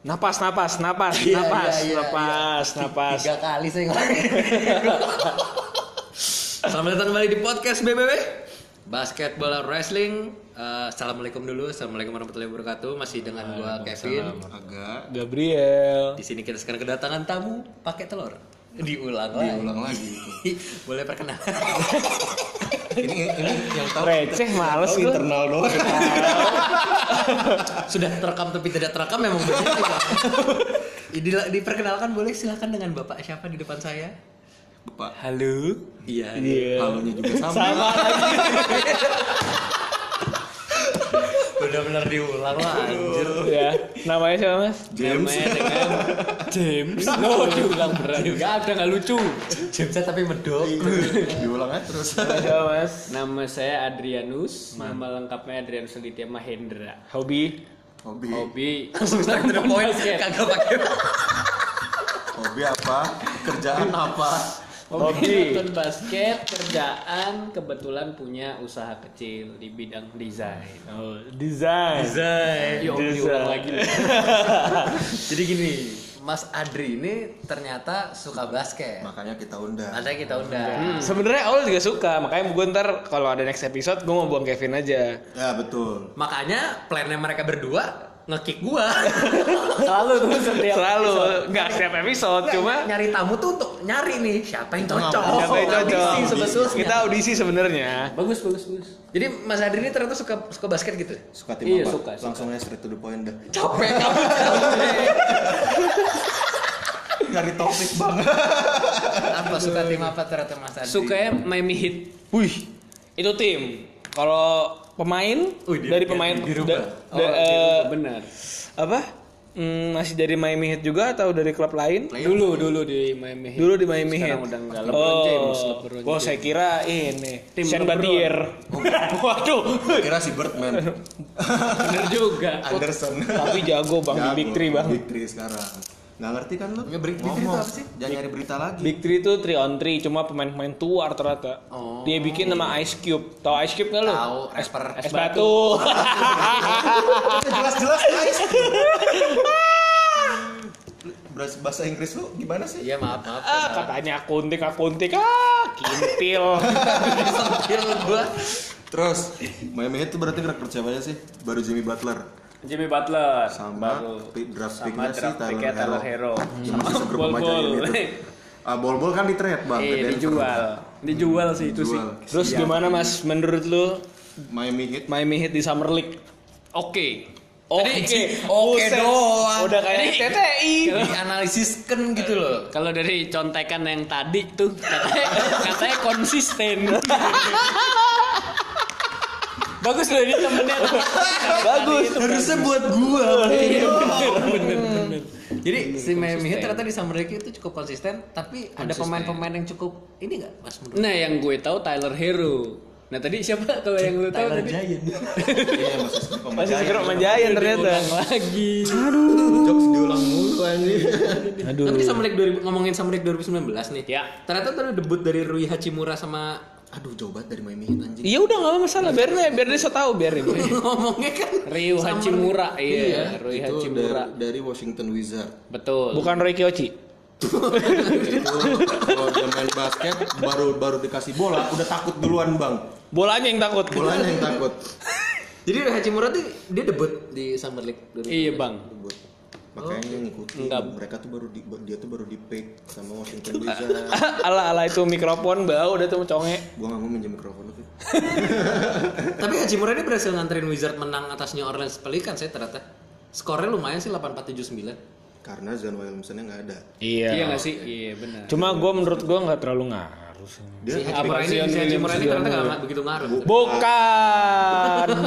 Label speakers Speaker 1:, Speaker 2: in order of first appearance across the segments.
Speaker 1: Napas, napas, napas,
Speaker 2: Iya,
Speaker 1: napas,
Speaker 2: iya, iya,
Speaker 1: napas, napas.
Speaker 2: Tiga kali saya ngomong.
Speaker 3: Selamat datang kembali di podcast BBW Basket Bola Wrestling Eh, Assalamualaikum dulu, Assalamualaikum warahmatullahi wabarakatuh Masih dengan gua Kevin
Speaker 4: agak
Speaker 1: Gabriel.
Speaker 3: Di sini kita sekarang kedatangan tamu pakai telur Diulang lagi
Speaker 4: diulang lagi itu.
Speaker 3: Boleh perkenalan
Speaker 4: ini ini yang tahu
Speaker 1: Receh, males gitu.
Speaker 4: internal doang
Speaker 3: Sudah terekam tapi tidak terekam memang benar Inilah, diperkenalkan boleh silahkan dengan bapak siapa di depan saya
Speaker 4: bapak
Speaker 1: Halo.
Speaker 3: Iya
Speaker 1: Iya.
Speaker 4: halunya juga sama,
Speaker 3: Benar-benar diulang lah anjir
Speaker 1: Ya, namanya siapa, Mas?
Speaker 4: James
Speaker 3: Namanya dengan
Speaker 1: James.
Speaker 5: Oh,
Speaker 1: No, diulang berat. Gak ada, gak lucu.
Speaker 3: James tapi medok
Speaker 4: diulang aja terus
Speaker 1: Siapa, Mas?
Speaker 5: Nama saya Adrianus, nama lengkapnya Adrianus Aditya Mahendra.
Speaker 1: Hobi.
Speaker 4: hobi
Speaker 5: Hobi
Speaker 3: Langsung start to the point Kagak pakai
Speaker 4: hobi apa kerjaan apa
Speaker 1: Hobi.
Speaker 5: nonton basket, kerjaan kebetulan punya usaha kecil di bidang desain.
Speaker 1: Oh, desain.
Speaker 3: Zai.
Speaker 5: Yo,
Speaker 1: Desain.
Speaker 5: diulang lagi.
Speaker 3: Jadi gini, Mas Adri ini ternyata suka basket.
Speaker 4: makanya kita undang
Speaker 3: Makanya kita undang.
Speaker 1: Sebenarnya awal juga suka, makanya gue ntar kalau ada next episode gue mau buang Kevin aja.
Speaker 4: ya betul
Speaker 3: Makanya plannya mereka berdua ngekick gua.
Speaker 5: Selalu tuh setiap
Speaker 1: Selalu, nggak Oh, setiap episode, cuma
Speaker 3: nyari tamu tuh untuk nyari nih siapa yang cocok.
Speaker 1: siapa yang cocok.
Speaker 3: Audisi sebetulnya.
Speaker 1: Kita audisi sebenarnya.
Speaker 5: bagus bagus bagus.
Speaker 3: Jadi Mas Adri ini ternyata suka suka basket gitu.
Speaker 4: suka tim
Speaker 5: Iya,
Speaker 4: apa
Speaker 5: suka, suka.
Speaker 4: langsung aja straight to the point dah
Speaker 3: Capek kamu capek.
Speaker 4: nyari topik banget
Speaker 3: apa suka tim apa ternyata Mas Adri?
Speaker 1: Eh,
Speaker 5: Sukanya Miami Heat.
Speaker 1: Wih, itu tim. Kalau pemain
Speaker 3: Wih, di-
Speaker 1: dari
Speaker 3: di-
Speaker 1: pemain
Speaker 3: dirubah.
Speaker 1: da-
Speaker 5: Oh,
Speaker 1: da-
Speaker 5: dia
Speaker 1: eh,
Speaker 5: juga benar.
Speaker 1: apa? Hmm, masih dari Miami Heat juga atau dari klub lain?
Speaker 5: Dulu dulu di Miami Heat.
Speaker 1: eh, Dulu di Miami Heat.
Speaker 5: Sekarang udah enggak LeBron James, LeBron
Speaker 1: Oh, saya
Speaker 5: James.
Speaker 1: kira ini
Speaker 5: Tim
Speaker 1: Shane
Speaker 5: LeBron.
Speaker 1: Battier. Waduh.
Speaker 4: kira si Birdman
Speaker 5: Bener juga.
Speaker 4: Anderson
Speaker 1: Tapi jago Bang di
Speaker 4: Jago,
Speaker 1: Big Three, Bang.
Speaker 4: Big Three sekarang nggak ngerti kan lu
Speaker 3: Nggak, Big Three itu apa sih?
Speaker 4: jangan nyari berita lagi
Speaker 1: Big Three itu 3 on 3 cuma pemain-pemain tuar ternyata. Dia bikin nama Ice Cube. Tahu Ice Cube nggak lu?
Speaker 3: Tahu, rapper.
Speaker 1: Es batu.
Speaker 4: jelas-jelas guys Bahasa- bahasa Inggris lu gimana sih
Speaker 3: Iya maaf maaf.
Speaker 1: Ah, katanya akuntik akuntik ah kintil.
Speaker 3: Disentil gua.
Speaker 4: Terus Miami Heat tuh berarti gerak percayanya sih baru Jimmy Butler
Speaker 5: Jimmy Butler
Speaker 4: sama pick- draft picknya sih
Speaker 5: picknya
Speaker 4: Tyler Hero.
Speaker 5: Tyler Hero.
Speaker 4: Sama segrup sama
Speaker 5: Bol-bol.
Speaker 4: Giant itu. Ah, bol-bol kan di trade bang. ke
Speaker 5: Eh,
Speaker 4: Denver.
Speaker 5: dijual. Dijual sih itu sih.
Speaker 4: Jual.
Speaker 1: Terus gimana Mas menurut lu
Speaker 4: Iya, Miami Heat
Speaker 1: Miami Heat di Summer League?
Speaker 5: Oke.
Speaker 1: Oke,
Speaker 3: oke
Speaker 1: buset.
Speaker 3: doang.
Speaker 1: Udah kayak
Speaker 5: Jadi-
Speaker 1: TTI.
Speaker 3: Dianalisiskan gitu loh.
Speaker 5: Kalau dari contekan yang tadi tuh katanya, katanya konsisten. Bagus loh ini temennya.
Speaker 1: Bagus.
Speaker 4: harusnya buat gua.
Speaker 3: Jadi si Miami Heat ternyata di Summer League itu cukup konsisten, tapi ada pemain-pemain yang cukup ini nggak Mas menurut?
Speaker 5: Nah yang gue tahu Tyler Hero. Nah tadi siapa kalau yang lu tahu
Speaker 3: Tyler
Speaker 5: tadi?
Speaker 3: Giant.
Speaker 4: Iya maksud gua pemain
Speaker 1: Masih segera
Speaker 4: Giant.
Speaker 1: menjayan ternyata.
Speaker 5: Diulang lagi.
Speaker 4: Jokes diulang mulu anjir.
Speaker 1: Aduh.
Speaker 3: Tapi di Summer League 2000 ngomongin Summer League 2019 nih.
Speaker 5: Ya.
Speaker 3: Ternyata tuh ada debut dari Rui Hachimura sama aduh jauh banget dari Miami Heat anjing.
Speaker 1: Iya udah nggak apa masalah, biar dia biar dia so tau biar dia.
Speaker 3: Ngomongnya kan
Speaker 5: Ryu
Speaker 3: Summer
Speaker 5: Hachimura,
Speaker 3: League.
Speaker 5: iya,
Speaker 3: Iya.
Speaker 5: Rui
Speaker 4: Itu
Speaker 5: Hachimura.
Speaker 4: dari, dari Washington Wizard.
Speaker 5: Betul.
Speaker 1: Bukan Roy Kyoci.
Speaker 4: Itu kalau dia main basket baru baru dikasih bola udah takut duluan bang.
Speaker 1: Bolanya yang takut.
Speaker 4: Bolanya yang takut.
Speaker 3: Jadi Rui Hachimura tuh dia debut di Summer League 2019.
Speaker 5: Iya bang.
Speaker 4: buat makanya ngikutin mereka tuh baru di, dia tuh baru di pick sama Washington Wizards
Speaker 1: ala ala itu mikrofon bau udah tuh conge.
Speaker 4: gua nggak mau minjem mikrofon lu Fit.
Speaker 3: Tapi Hachimura ini berhasil nganterin Wizard menang atas New Orleans Pelicans ya ternyata. Skornya lumayan sih 8479.
Speaker 4: karena Zion Williamsonnya nggak ada
Speaker 5: Iya
Speaker 1: Iya.
Speaker 5: nggak sih? Iya benar.
Speaker 1: Cuma gue menurut gue nggak terlalu ngaruh. sih.
Speaker 4: dia
Speaker 3: Si Hachimura ini, si Hachimura ini ternyata nggak begitu ngaruh.
Speaker 1: Bukan.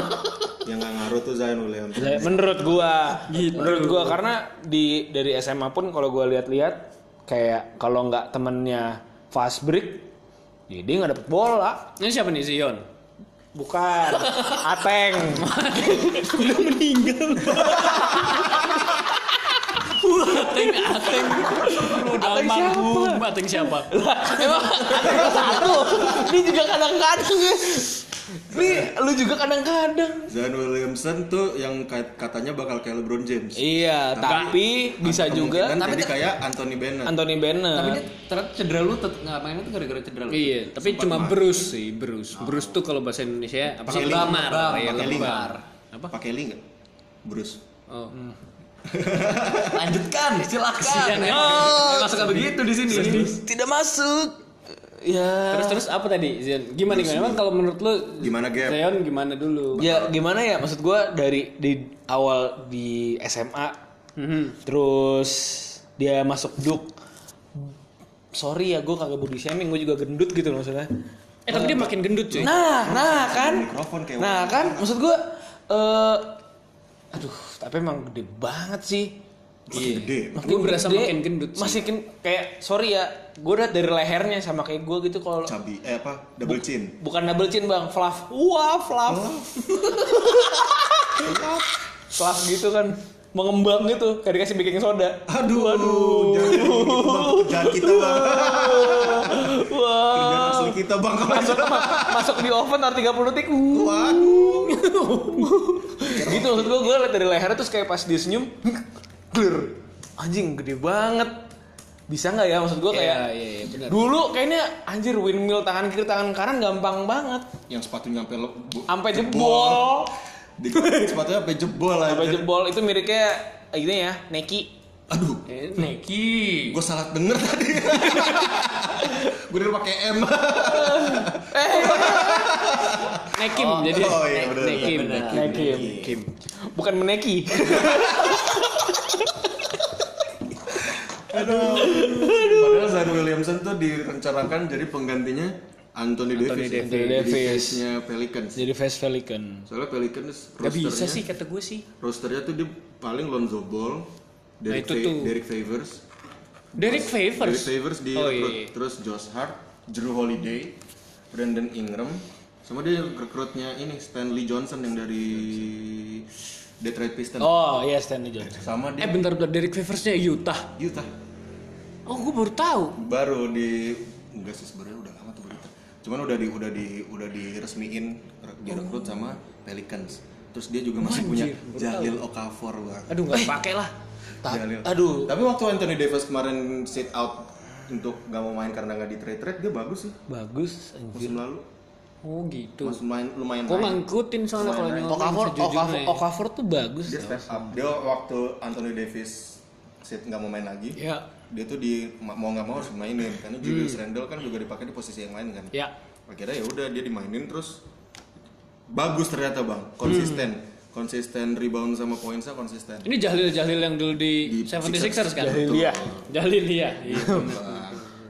Speaker 4: yang nggak ngaruh tuh Zion Williamson
Speaker 1: menurut gua menurut gua karena di dari SMA pun kalau gua lihat-lihat kayak kalau nggak temennya fast break ya dia nggak dapet bola
Speaker 5: Ini siapa nih Zion?
Speaker 1: bukan ateng
Speaker 5: Ateng, Ateng, udah
Speaker 1: Ateng
Speaker 5: almarhum, Ateng siapa?
Speaker 1: emang ateng satu dia juga kadang-kadang Nih, lu juga kadang-kadang.
Speaker 4: Zion Williamson tuh yang ka- katanya bakal kayak LeBron James.
Speaker 1: Iya, tapi bisa juga
Speaker 4: Tapi jadi kayak Anthony Bennett.
Speaker 1: Anthony
Speaker 3: Tapi dia
Speaker 1: Bennett.
Speaker 3: ternyata cedera lu tet- nggak mainnya tuh gara-gara cedera lu.
Speaker 5: Iya, tapi cuma Bruce sih, Bruce.
Speaker 4: Ah.
Speaker 5: Bruce tuh kalau bahasa
Speaker 4: Iya,
Speaker 5: Indonesia apa sih?
Speaker 4: Pakai link.
Speaker 5: Lembar,
Speaker 3: Bam,
Speaker 1: iya,
Speaker 5: ya,
Speaker 4: pakai link.
Speaker 5: lembar. Apa?
Speaker 4: Pakai link nggak? Bruce.
Speaker 5: Oh.
Speaker 3: Lanjutkan, silakan.
Speaker 5: Kasihan, ya.
Speaker 3: Oh, Emang suka begitu di sini.
Speaker 1: Tidak masuk. Ya.
Speaker 5: Terus terus apa tadi Zion? Gimana gimana? Emang kalau menurut lu
Speaker 4: Gimana, Gap?
Speaker 5: Zion gimana dulu?
Speaker 1: Ya gimana ya maksud gua dari di awal di SMA terus dia masuk duk sorry ya gue kagak body shaming gue juga gendut gitu loh maksudnya
Speaker 5: Eh tapi dia makin gendut cuy.
Speaker 1: nah nah kan
Speaker 4: Mikrofon kayak
Speaker 1: nah kan maksud gua eh aduh tapi emang gede banget sih
Speaker 4: Makin
Speaker 1: Iya.
Speaker 4: gede.
Speaker 5: Gua berasa makin gendut sih.
Speaker 1: masih gen- kayak sorry ya gue liat dari lehernya sama kayak gue gitu kalau
Speaker 4: Cabi. Eh apa? Double chin.
Speaker 1: bukan double chin bang fluff wah fluff fluff gitu kan mengembang gitu kayak dikasih baking soda
Speaker 4: Aduh, aduh. Jangan, jangan kita bang.
Speaker 1: wah
Speaker 4: Kerjaan asli kita bang.
Speaker 1: masuk masuk di oven tar 30 detik uh.
Speaker 4: Waduh.
Speaker 1: gitu maksud gue gue liat dari lehernya terus kayak pas dia senyum clear anjing gede banget bisa nggak ya maksud gue kayak
Speaker 5: Iya, iya, iya, benar.
Speaker 1: dulu kayaknya anjir windmill tangan kiri tangan kanan gampang banget
Speaker 4: Yang sepatunya sampai lo- bu-
Speaker 1: sampai jebol
Speaker 4: Di, sepatunya sampai jebol ya. aja.
Speaker 1: sampai jebol itu miripnya eh, gini ya neki
Speaker 4: Aduh,
Speaker 1: Eh.
Speaker 5: Neki.
Speaker 4: gue salah denger tadi. gue udah pakai M.
Speaker 1: Eh,
Speaker 5: Nekim Nah, jadi. Nah,
Speaker 4: oh iya, bener,
Speaker 5: Nekim.
Speaker 4: bener.
Speaker 1: Nekim.
Speaker 4: Nekim.
Speaker 1: Bukan meneki.
Speaker 4: Aduh. Padahal Zion Williamson tuh direncanakan jadi penggantinya Anthony,
Speaker 5: Anthony
Speaker 4: Davis.
Speaker 1: Davis. Davis.
Speaker 4: nya Pelicans.
Speaker 1: Jadi Fast Pelican.
Speaker 4: Soalnya Pelicans
Speaker 5: Gak bisa
Speaker 4: rosternya,
Speaker 5: sih kata gue sih.
Speaker 4: rosternya tuh dia paling Lonzo Ball, Derek,
Speaker 5: Nah, itu
Speaker 4: Fa-
Speaker 5: tuh.
Speaker 4: Derek Favors,
Speaker 5: Derek
Speaker 4: Derek
Speaker 5: Favors.
Speaker 4: Favors di
Speaker 5: Oh, iya.
Speaker 4: terus Josh Hart, Drew Holiday, Brandon Ingram, sama dia rekrutnya ini Stanley Johnson yang dari Detroit Pistons.
Speaker 1: Oh, iya Stanley Johnson.
Speaker 4: Sama
Speaker 5: Eh
Speaker 4: dia
Speaker 5: bentar bentar Derek Favorsnya Utah.
Speaker 4: Utah.
Speaker 5: Oh gue baru tahu.
Speaker 4: baru di enggak sih sebenarnya udah lama tuh berita cuman udah di udah di udah diresmiin re-
Speaker 1: Oh.
Speaker 4: direkrut sama Pelicans terus dia juga masih punya Jalil Okafor bang
Speaker 5: Aduh nggak pakai lah.
Speaker 1: Ta-
Speaker 4: Jalil.
Speaker 1: Aduh,
Speaker 4: tapi waktu Anthony Davis kemarin sit out untuk nggak mau main karena nggak di trade trade dia bagus sih
Speaker 1: bagus anjir.
Speaker 4: musim lalu
Speaker 5: Oh gitu.
Speaker 4: masih main lumayan
Speaker 5: Gue
Speaker 4: main.
Speaker 5: ngangkutin soalnya kalau
Speaker 4: Lumayan.
Speaker 5: nyolong
Speaker 1: Okafor, Okafor,
Speaker 5: sejujurnya.
Speaker 1: Okafor tuh bagus.
Speaker 4: dia step up dia waktu Anthony Davis sit nggak mau main lagi
Speaker 1: Iya.
Speaker 5: Ya.
Speaker 4: dia tuh di ma- mau nggak mau harus mainin karena Julius
Speaker 1: Hmm.
Speaker 4: Randle kan juga dipakai di posisi yang lain kan
Speaker 5: Ya.
Speaker 4: akhirnya ya udah dia dimainin terus bagus ternyata bang konsisten
Speaker 5: Hmm.
Speaker 4: konsisten rebound sama poinnya konsisten
Speaker 5: Ini Jahlil-Jahlil yang dulu di,
Speaker 4: Di
Speaker 5: 76ers kan?
Speaker 1: Jahlil.
Speaker 4: Betul,
Speaker 1: Iya.
Speaker 5: Jahlil ya. Iya.
Speaker 4: Bang.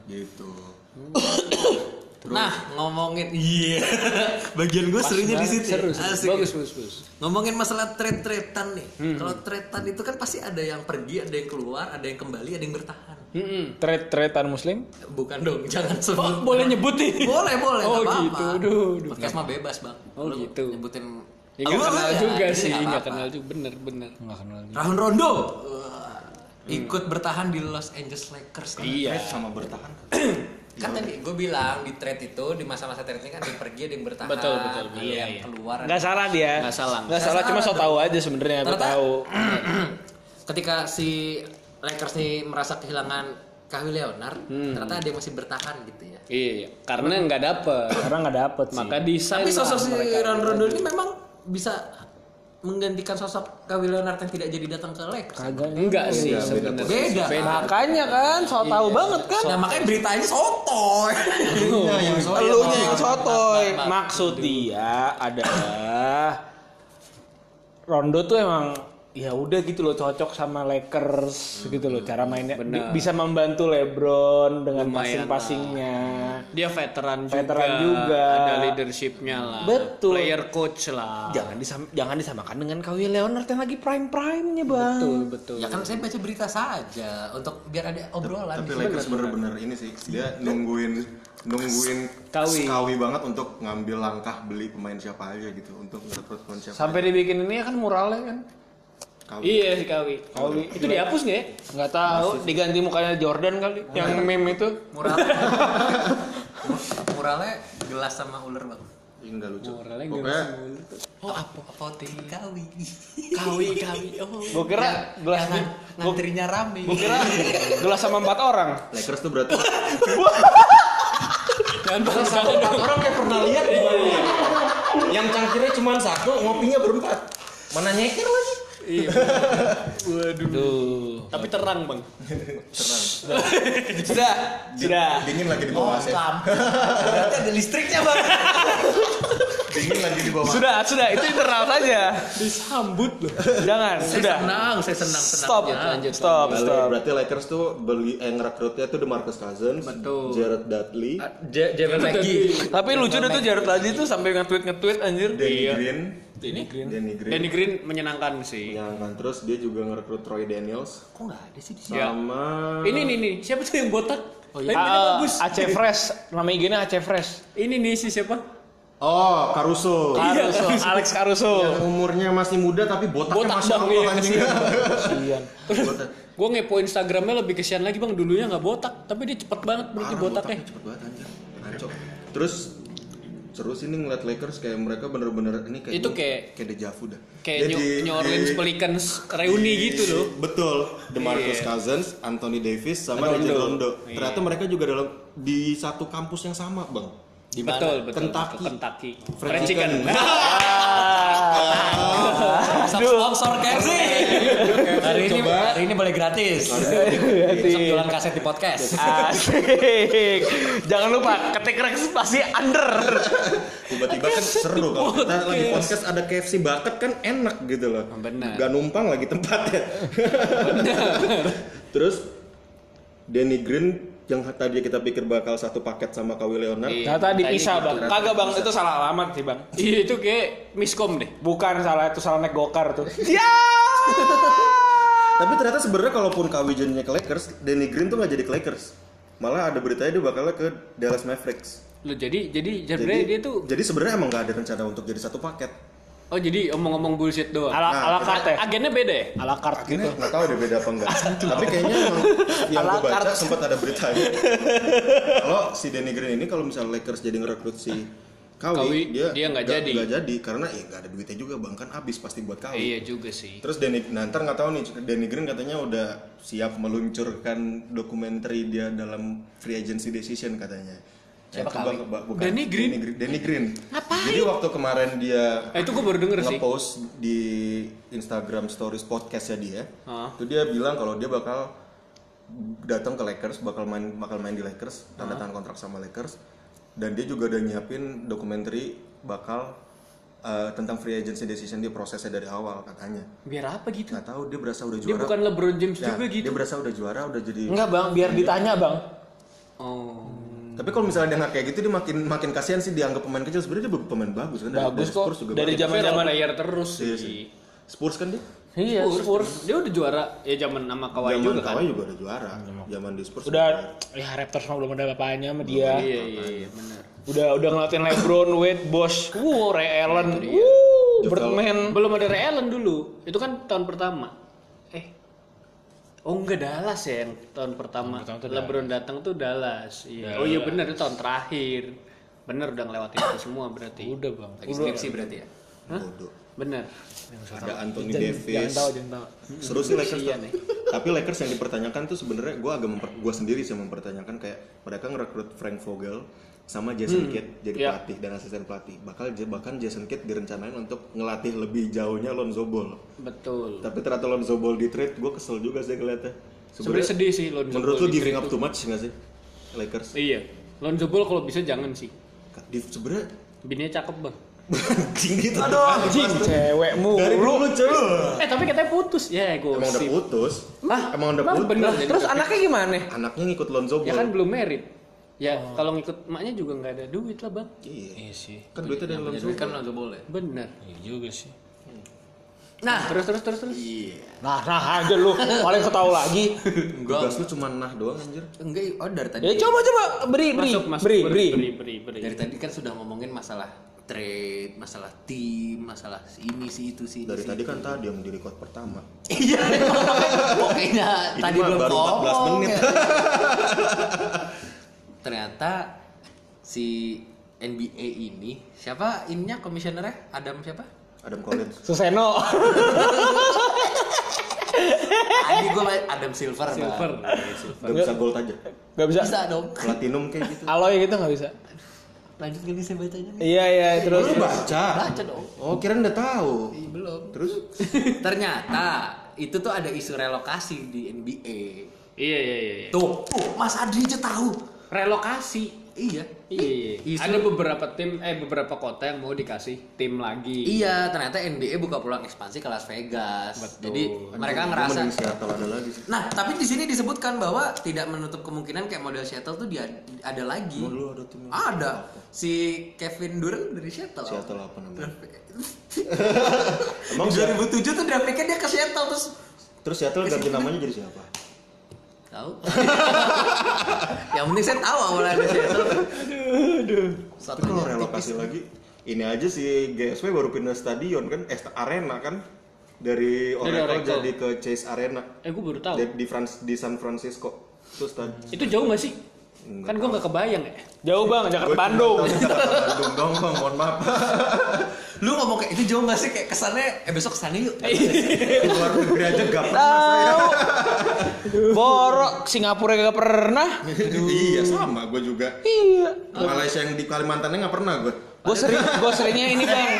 Speaker 4: gitu
Speaker 3: Nah, ngomongin iya. Bagian gue serunya di situ. ya?
Speaker 5: Seru, seru.
Speaker 3: Asik.
Speaker 5: Bagus, Hmm. bagus, bagus.
Speaker 3: Ngomongin masalah trade-tradean nih. Kalau trade-an itu kan pasti ada yang pergi, ada yang keluar, ada yang kembali, ada yang bertahan.
Speaker 5: Hmm.
Speaker 1: Trade tretan Hmm. muslim?
Speaker 3: Bukan dong, jangan sebut.
Speaker 5: Oh, boleh nyebut nih.
Speaker 3: boleh, boleh.
Speaker 5: Oh,
Speaker 3: nggak apa-apa.
Speaker 5: gitu. Duh, duh.
Speaker 3: Podcast mah bebas, Bang.
Speaker 5: Oh,
Speaker 3: Lu
Speaker 5: gitu.
Speaker 3: Nyebutin
Speaker 5: Ya, nggak
Speaker 3: Ah,
Speaker 5: kenal
Speaker 3: boleh,
Speaker 1: Iya,
Speaker 5: juga
Speaker 3: jadi
Speaker 5: sih,
Speaker 3: nggak
Speaker 5: nggak
Speaker 3: apa-apa.
Speaker 5: kenal juga, bener-bener.
Speaker 1: Enggak kenal dia.
Speaker 3: Rahul Rondo uh, ikut bertahan di Los Angeles Lakers. Kan,
Speaker 5: Iya.
Speaker 4: Trade sama bertahan
Speaker 3: kan tadi gue bilang di trade itu di masa-masa trade ini kan ada yang pergi ada yang bertahan.
Speaker 5: Betul, betul.
Speaker 3: ada
Speaker 5: Iya,
Speaker 3: yang
Speaker 5: iya.
Speaker 3: keluar. ada-
Speaker 1: Enggak salah dia.
Speaker 5: Nggak salah,
Speaker 1: Enggak ya? salah, cuma so tau aja sebenarnya, gue
Speaker 3: Ternyata-
Speaker 1: tahu.
Speaker 3: Ketika si Lakers nih merasa kehilangan Kawhi Leonard,
Speaker 5: Hmm.
Speaker 3: ternyata ada yang masih bertahan gitu ya.
Speaker 5: Iya, iya. karena nggak dapet.
Speaker 1: Karena enggak dapet sih.
Speaker 5: Maka desain
Speaker 3: Tapi sosok si
Speaker 5: mereka. gitu.
Speaker 3: Ron Rondo ini memang bisa menggantikan sosok Kawhi Leonard yang tidak jadi datang ke Lakers.
Speaker 1: kagak
Speaker 5: Enggak sih
Speaker 4: Beda, beda.
Speaker 5: sebenarnya.
Speaker 3: Beda.
Speaker 1: Makanya kan, so tau
Speaker 5: Iya.
Speaker 1: banget kan.
Speaker 3: Nah makanya beritanya sotoy.
Speaker 5: Oh,
Speaker 4: Iya, yang soal
Speaker 1: Elunya yang sotoy. Maksud dia adalah Rondo tuh emang ya udah gitu loh cocok sama Lakers gitu loh cara mainnya Bi- bisa membantu LeBron dengan
Speaker 5: Lumayan
Speaker 1: passing-passingnya.
Speaker 5: Dia veteran juga.
Speaker 1: Veteran juga.
Speaker 5: Ada leadershipnya lah.
Speaker 1: Betul.
Speaker 5: Player coach lah.
Speaker 1: Jangan disam- jangan disamakan dengan Kawhi Leonard yang lagi prime-prime-nya, Bang.
Speaker 5: Betul, betul.
Speaker 3: Ya kan saya baca berita saja untuk biar ada obrolan.
Speaker 4: tapi
Speaker 5: kan?
Speaker 4: Lakers bener-bener ini sih dia nungguin nungguin
Speaker 5: Kawi.
Speaker 4: kawi banget untuk ngambil langkah beli pemain siapa aja gitu untuk merekrut pemain siapa
Speaker 1: Sampai dibikin ini ya kan muralnya kan.
Speaker 4: kawi
Speaker 5: Iya si Kawi.
Speaker 1: Kawi.
Speaker 5: Itu dihapus nggak ya? Iya.
Speaker 1: Nggak tahu diganti mukanya Jordan kali yang meme itu.
Speaker 3: Mural. Muralnya gelas sama ular bang.
Speaker 4: Ini nggak lucu.
Speaker 5: Moralnya nggak
Speaker 4: Pokoknya
Speaker 5: bisa mulu tuh.
Speaker 3: Oh, apa? Voting. Kawi.
Speaker 5: Kawi kawi. Oh.
Speaker 1: Gue kira gelas
Speaker 3: Jangan ngantrinya rame.
Speaker 1: gue kira gelas sama empat orang.
Speaker 4: Lakers tuh berarti
Speaker 5: Jangan bangsa dong.
Speaker 4: orang kayak pernah lihat di mana ya. Yang cangkirnya cuma satu, ngopinya berempat. Mana nyeker lagi?
Speaker 5: Iya. Waduh.
Speaker 1: Tuh.
Speaker 5: Tapi terang bang.
Speaker 4: Serang.
Speaker 1: Sudah,
Speaker 5: Iya.
Speaker 1: sudah.
Speaker 4: Dingin lagi di
Speaker 3: Oh,
Speaker 4: bawah AC.
Speaker 3: lampu. Berarti ada listriknya, Bang.
Speaker 4: Dingin lagi di bawah.
Speaker 1: Sudah, sudah. Itu internal saja.
Speaker 5: Disambut loh.
Speaker 1: Jangan, sudah.
Speaker 3: Saya senang, Iya, saya senang, senang.
Speaker 1: Stop,
Speaker 3: Jangan.
Speaker 1: stop, stop.
Speaker 4: Berarti Lakers tuh beli eh, ngerekrutnya tuh DeMarcus Cousins,
Speaker 3: Betul.
Speaker 4: Jared Dudley,
Speaker 3: Ah, J- Javel McGee.
Speaker 1: Tapi lucu deh tuh Jared tadi tuh sampai nge-tweet nge-tweet anjir.
Speaker 4: Danny Green,
Speaker 5: Ini iya. Green.
Speaker 4: Danny Green.
Speaker 5: Danny Green menyenangkan sih.
Speaker 4: Menyayangkan. terus dia juga ngerekrut Troy Daniels
Speaker 3: Kok nggak ada sih di sini?
Speaker 4: sama
Speaker 5: Iya. Ini nih nih. Siapa tuh yang botak? Oh, iya. Ini
Speaker 1: Ah,
Speaker 5: bagus.
Speaker 1: AC Fresh, nama IG-nya AC Fresh.
Speaker 5: Ini nih si siapa?
Speaker 4: Oh, Caruso.
Speaker 5: Iya,
Speaker 1: Caruso, Alex Caruso.
Speaker 4: Yang umurnya masih muda tapi botaknya
Speaker 5: Botak
Speaker 4: masih
Speaker 5: bang,
Speaker 4: Allah
Speaker 5: iya,
Speaker 4: anjing.
Speaker 1: Kasian.
Speaker 4: Botak.
Speaker 5: Gue ngepo Instagramnya lebih kesian lagi bang. Dulunya nggak botak, tapi dia cepet banget berarti
Speaker 4: Parah,
Speaker 5: botaknya.
Speaker 4: cepet banget anjir. Kacau. Terus seru sih nih ngeliat Lakers kayak mereka bener-bener ini kayak
Speaker 5: Itu
Speaker 4: ini,
Speaker 5: kayak-
Speaker 4: kayak deja vu dah. Dia
Speaker 5: Kayak New,
Speaker 4: di-
Speaker 5: New Orleans
Speaker 4: di-
Speaker 5: Pelicans reuni
Speaker 4: di-
Speaker 5: gitu loh.
Speaker 4: Betul. DeMarcus
Speaker 5: Iya.
Speaker 4: Cousins, Anthony Davis sama
Speaker 5: Rondo.
Speaker 4: Rajon Rondo.
Speaker 5: Iya.
Speaker 4: Ternyata mereka juga dalam di satu kampus yang sama, Bang.
Speaker 5: Di betul, betul,
Speaker 4: Kentucky.
Speaker 5: betul, Kentucky.
Speaker 4: Fried
Speaker 5: Fried chicken.
Speaker 4: chicken.
Speaker 1: Ah,
Speaker 3: Sponsor KFC. Hari ini
Speaker 4: Coba.
Speaker 3: hari ini boleh gratis. Besok
Speaker 1: Asik.
Speaker 3: jualan kaset di podcast.
Speaker 1: Asik. Ah. Jangan lupa ketik Rex pasti under.
Speaker 4: Tiba-tiba kan seru kalau kita lagi podcast ada KFC bucket kan enak gitu loh.
Speaker 5: Benar.
Speaker 4: Gak numpang lagi tempatnya. Terus Danny Green yang tadi kita pikir bakal satu paket sama Kawhi Leonard.
Speaker 5: Iya.
Speaker 1: Ternyata dipisah Nah,
Speaker 5: Kayak
Speaker 1: bang.
Speaker 5: gitu.
Speaker 1: Kagak bang, itu salah alamat sih bang.
Speaker 5: Iya itu kayak miskom deh.
Speaker 1: Bukan salah itu salah naik gokar tuh. Ya.
Speaker 4: Tapi ternyata sebenarnya kalaupun Kawhi jadinya ke Lakers, Danny Green tuh nggak jadi ke Lakers. Malah ada beritanya dia bakal ke Dallas Mavericks.
Speaker 5: Loh jadi jadi sebenarnya dia tuh
Speaker 4: jadi sebenarnya emang nggak ada rencana untuk jadi satu paket.
Speaker 5: oh jadi omong-omong bullshit doang.
Speaker 1: Ala
Speaker 4: Nah,
Speaker 1: ala carte. ya?
Speaker 5: Agennya beda ya?
Speaker 1: Ala carte gitu.
Speaker 4: Akhirnya nggak tahu ada beda apa enggak. Tapi kayaknya emang yang gue baca sempat ada beritanya. Kalau si Danny Green ini kalau misalnya Lakers jadi ngerekrut si Kawi,
Speaker 5: Kawi, dia nggak jadi.
Speaker 4: nggak jadi karena ya nggak ada duitnya juga bang kan habis pasti buat Kawi.
Speaker 5: Iya juga sih.
Speaker 4: Terus Danny, nah ntar nggak tahu nih, Danny Green katanya udah siap meluncurkan dokumentari dia dalam free agency decision katanya. Nah, Siapa kebak, kebak, bukan.
Speaker 5: Danny Green?
Speaker 4: Danny Green. Danny Green. Jadi waktu kemarin dia
Speaker 5: Eh, itu gue baru denger sih.
Speaker 4: ngepost di Instagram Stories podcastnya dia,
Speaker 5: Hah?
Speaker 4: itu dia bilang kalau dia bakal datang ke Lakers, bakal main bakal main di Lakers, tanda tangan kontrak sama Lakers, dan dia juga udah nyiapin dokumenter bakal eh, tentang free agency decision dia prosesnya dari awal katanya
Speaker 5: Biar apa gitu?
Speaker 4: nggak tahu dia berasa udah
Speaker 5: Dia
Speaker 4: juara
Speaker 5: bukan LeBron James
Speaker 4: Ya,
Speaker 5: juga gitu.
Speaker 4: dia berasa udah juara udah jadi
Speaker 1: Enggak bang, biar ditanya bang.
Speaker 5: Oh.
Speaker 4: tapi kalau misalnya dia nggak kayak gitu dia makin makin kasihan sih dianggap pemain kecil sebenarnya dia pemain bagus kan Dari-
Speaker 1: Bagus
Speaker 4: dari
Speaker 1: kok.
Speaker 4: Spurs juga
Speaker 1: Dari
Speaker 4: bagus.
Speaker 5: Tapi role
Speaker 1: zaman-zaman
Speaker 5: player terus
Speaker 4: Iya sih.
Speaker 5: sih.
Speaker 4: Spurs kan dia
Speaker 1: Iya, Spurs.
Speaker 5: Dia udah juara ya zaman sama Kawhi
Speaker 4: zaman
Speaker 5: juga kan.
Speaker 4: Kawhi juga udah juara zaman di Spurs
Speaker 1: Udah ya Raptors mah belum ada apa-apanya sama dia.
Speaker 5: Iya iya iya benar.
Speaker 1: Udah udah ngeliatin LeBron, Wade, Bosh, wow, Ray Allen,
Speaker 4: Jovel.
Speaker 1: wow, Birdman.
Speaker 5: Belum ada Ray Allen dulu. Itu kan tahun pertama. Eh. Oh enggak Dallas ya yang tahun pertama.
Speaker 1: Tahun pertama tuh
Speaker 5: LeBron datang tuh Dallas. Iya. Oh iya benar itu tahun terakhir. Bener udah ngelewatin itu semua berarti.
Speaker 1: Udah bang.
Speaker 3: Lagi skripsi berarti ya.
Speaker 4: bodoh
Speaker 5: Bener.
Speaker 4: ada Anthony
Speaker 1: Jangan
Speaker 4: Davis
Speaker 1: tahu, jangan tahu.
Speaker 4: seru sih Lakers
Speaker 5: Iya,
Speaker 4: tuh. tapi Lakers yang dipertanyakan tuh sebenarnya gue agak memper, gue sendiri sih mempertanyakan kayak mereka ngerekrut Frank Vogel sama Jason Kidd jadi
Speaker 5: Iya.
Speaker 4: pelatih dan asisten pelatih bakal bahkan Jason Kidd direncanain untuk ngelatih lebih jauhnya Lonzo Ball
Speaker 5: Betul.
Speaker 4: tapi ternyata Lonzo Ball di trade gue kesel juga sih kelihatnya
Speaker 5: Sebenarnya sedih sih Lonzo
Speaker 4: menurut
Speaker 5: Ball
Speaker 4: lu
Speaker 5: di
Speaker 4: giving up
Speaker 5: trade
Speaker 4: too much nggak sih Lakers
Speaker 5: Iya. Lonzo Ball kalau bisa jangan sih.
Speaker 4: di sebenarnya
Speaker 5: Bininya cakep bang.
Speaker 4: anjing gitu aduh anjing
Speaker 1: Cewek
Speaker 4: dari
Speaker 1: mulu.
Speaker 4: dulu celu
Speaker 5: Eh tapi katanya putus. Ya gue
Speaker 4: emang udah putus
Speaker 5: Hah?
Speaker 4: emang udah
Speaker 5: Emang
Speaker 4: putus
Speaker 5: bener?
Speaker 1: Terus anaknya gimana?
Speaker 4: anaknya ngikut Lonzo Ball
Speaker 5: Ya kan belum merit. Ya kalau ngikut maknya juga nggak ada duit lah bang.
Speaker 4: iya
Speaker 1: sih.
Speaker 4: kan duitnya dari Lonzo
Speaker 3: Jadi kan nggak boleh.
Speaker 5: Bener.
Speaker 1: Iya juga sih.
Speaker 5: Nah terus terus terus terus.
Speaker 4: iya
Speaker 1: Nah, nah aja lu. Paling ketahu lagi.
Speaker 4: Tugas lu cuma nah doang anjir.
Speaker 3: Enggak, oh dari tadi.
Speaker 1: Ya coba coba beri beri
Speaker 5: Masuk masuk.
Speaker 1: beri
Speaker 5: beri,
Speaker 1: beri.
Speaker 5: beri, beri, beri.
Speaker 3: Dari tadi kan sudah ngomongin masalah trade, masalah tim, masalah si ini si itu si ini.
Speaker 4: Dari
Speaker 3: si
Speaker 4: tadi
Speaker 3: itu.
Speaker 4: kan tadi yang di record pertama.
Speaker 3: Iya. Pokoknya
Speaker 4: Ini
Speaker 3: tadi
Speaker 4: mah
Speaker 3: belum
Speaker 4: baru 14
Speaker 3: ngomong
Speaker 4: menit.
Speaker 3: ya. Ternyata si NBA ini siapa ininya komisionernya Adam siapa?
Speaker 4: Adam Collins.
Speaker 1: Suseno.
Speaker 3: Tadi gue Adam Silver. Bang.
Speaker 5: Silver.
Speaker 4: Gak bisa gold aja.
Speaker 1: Gak bisa.
Speaker 3: Bisa dong.
Speaker 4: Platinum kayak gitu.
Speaker 1: Aloy gitu gak bisa.
Speaker 3: Lanjut gak bisa bacanya.
Speaker 4: Eh,
Speaker 1: Iya iya terus.
Speaker 4: Lu baca.
Speaker 3: Baca dong.
Speaker 4: Oh, kirain udah tahu.
Speaker 3: Ih, belum.
Speaker 4: Terus
Speaker 3: Ternyata itu tuh ada isu relokasi di NBA.
Speaker 5: Iya iya iya. iya.
Speaker 3: Tuh, tuh, Mas Adri aja tahu.
Speaker 5: Relokasi.
Speaker 3: Iya.
Speaker 5: Iya, iya.
Speaker 3: Isu-
Speaker 5: Ada beberapa tim eh beberapa kota yang mau dikasih tim lagi.
Speaker 3: Iya, ternyata NBA buka peluang ekspansi ke Las Vegas.
Speaker 5: Betul.
Speaker 3: Jadi mereka
Speaker 4: Gua
Speaker 3: ngerasa
Speaker 4: mending Seattle ada lagi sih.
Speaker 3: Nah, tapi di sini disebutkan bahwa tidak menutup kemungkinan kayak model Seattle tuh dia ada lagi.
Speaker 4: Emang dulu ada tim yang-
Speaker 3: Ada. Si Kevin Durant dari Seattle.
Speaker 4: Seattle ya? apa namanya?
Speaker 3: Emang
Speaker 4: Emang
Speaker 3: 2007 tuh draftnya dia ke Seattle terus
Speaker 4: Terus Seattle ganti namanya jadi siapa?
Speaker 3: tahu. Yang penting saya tahu awalnya ada Seattle. Aduh,
Speaker 4: Tapi
Speaker 3: Satu
Speaker 4: kalau relokasi
Speaker 5: gitu.
Speaker 4: lagi, ini aja si GSW baru pindah stadion kan, eh arena kan dari Oracle
Speaker 5: Oracle.
Speaker 4: jadi ke Chase Arena
Speaker 5: Eh gue baru tahu.
Speaker 4: di, di France di San Francisco. Terus tadi
Speaker 5: Itu jauh gak sih? Kan gue nggak kebayang ya.
Speaker 1: Jauh bang, Jakarta Bandung.
Speaker 4: Bandung dong bang, mohon maaf.
Speaker 3: Lu ngomong kayak itu jauh gak sih kayak kesannya eh besok kesana yuk.
Speaker 4: Keluar negeri aja gak
Speaker 5: Nah.
Speaker 4: pernah.
Speaker 1: Tahu. Borok Singapura gak pernah.
Speaker 4: iya sama, gue juga.
Speaker 1: Iya.
Speaker 4: Malaysia yang di Kalimantannya nggak pernah gue.
Speaker 1: Gue sering, gue seringnya ini bang.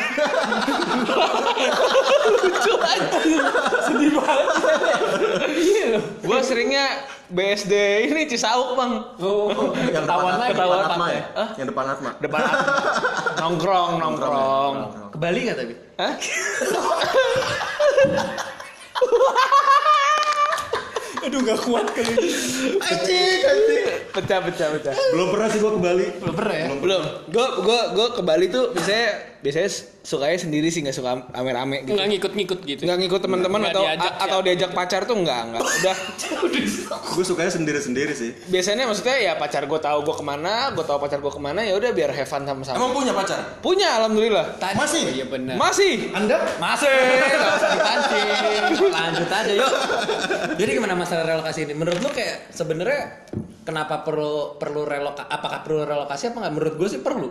Speaker 1: Lucu aja. Sedih banget. Iya. Gue seringnya BSD ini Cisauk bang.
Speaker 5: Oh,
Speaker 4: Yang depan,
Speaker 5: ketahuan
Speaker 4: Atma-
Speaker 5: lagi.
Speaker 1: ketahuan
Speaker 4: depan Atma
Speaker 1: pakai.
Speaker 4: ya?
Speaker 1: Hah?
Speaker 4: Yang depan Atma.
Speaker 1: Depan aku. nongkrong, nongkrong.
Speaker 3: Ke Bali gak tapi?
Speaker 1: Hah?
Speaker 5: Aduh gak kuat kali.
Speaker 4: Anjing, anjing.
Speaker 1: Pecah, pecah, pecah.
Speaker 4: Belum pernah sih gue ke Bali.
Speaker 3: Belum pernah ya?
Speaker 1: belum gue gue gue ke Bali tuh biasanya biasanya sukanya sendiri sih nggak suka rame-rame gitu
Speaker 5: Nggak ngikut-ngikut gitu.
Speaker 1: nggak ngikut teman-teman
Speaker 5: Nggak
Speaker 1: atau
Speaker 5: diajak
Speaker 1: a- atau
Speaker 5: siapa
Speaker 1: diajak ya. pacar tuh nggak nggak udah
Speaker 4: Gue sukanya sendiri-sendiri sih.
Speaker 1: biasanya maksudnya ya pacar gue tahu gue kemana gue tahu pacar gue kemana ya udah biar have fun sama-sama
Speaker 4: punya pacar?
Speaker 1: punya alhamdulillah
Speaker 3: Tadi-
Speaker 4: Masih?
Speaker 5: Iya benar.
Speaker 1: masih
Speaker 4: Anda?
Speaker 3: Oh, Masih, nggak usah dipancing. Lanjut aja yuk. Jadi gimana masalah relokasi ini? Menurut lu kayak sebenarnya kenapa perlu perlu reloka apakah perlu relokasi apa nggak? Menurut gue sih perlu.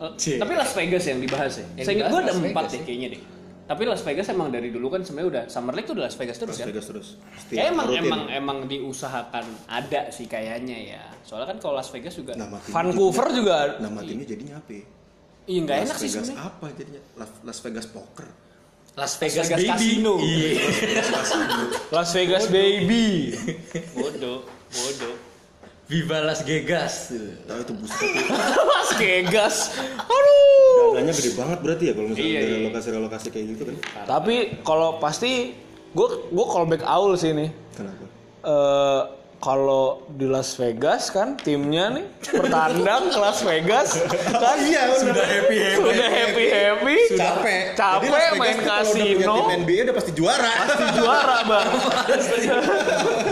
Speaker 5: Eh, Tapi Las Vegas yang dibahas ya.
Speaker 3: Yang
Speaker 5: Saya ingat
Speaker 3: dibahas
Speaker 5: gue ada
Speaker 3: Las
Speaker 5: empat
Speaker 3: Vegas
Speaker 5: deh
Speaker 3: ya.
Speaker 5: kayaknya deh. Tapi Las Vegas emang dari dulu kan sebenarnya udah Summer League tuh udah Las Vegas terus
Speaker 4: Las
Speaker 5: ya.
Speaker 4: Vegas terus. Setiap
Speaker 5: Kayak emang
Speaker 4: rutin.
Speaker 5: emang emang diusahakan ada sih kayaknya ya. Soalnya kan kalau Las Vegas juga
Speaker 4: Nama timnya
Speaker 1: Vancouver juga
Speaker 4: jadi- Nama timnya Nah, jadinya apa? ya?
Speaker 5: iya nggak
Speaker 4: Las
Speaker 5: enak sih
Speaker 4: Vegas Ah,
Speaker 5: sebenarnya.
Speaker 4: apa jadinya? Las, Las Vegas Poker.
Speaker 3: Las Vegas,
Speaker 5: Vegas
Speaker 3: baby.
Speaker 5: Casino.
Speaker 3: Iya.
Speaker 1: Las Vegas baby
Speaker 5: Bodoh, bodoh.
Speaker 3: Viva Las Vegas.
Speaker 4: Tahu itu buset.
Speaker 1: Las Vegas aduh
Speaker 4: Dananya gede banget berarti ya kalau misalnya
Speaker 5: Iya,
Speaker 4: dari
Speaker 5: iya.
Speaker 4: relokasi-relokasi kayak gitu kan.
Speaker 1: tapi kalau pasti gue gue callback Aul sih nih
Speaker 4: Kenapa?
Speaker 1: eh kalau di Las Vegas kan timnya nih bertandang ke Las Vegas kan
Speaker 4: sudah happy happy.
Speaker 1: sudah happy happy
Speaker 4: Capek. Jadi Las
Speaker 1: capek main
Speaker 4: Vegas tuh kalau udah punya
Speaker 1: kasino
Speaker 4: Tim NBA udah pasti juara.
Speaker 1: pasti juara bang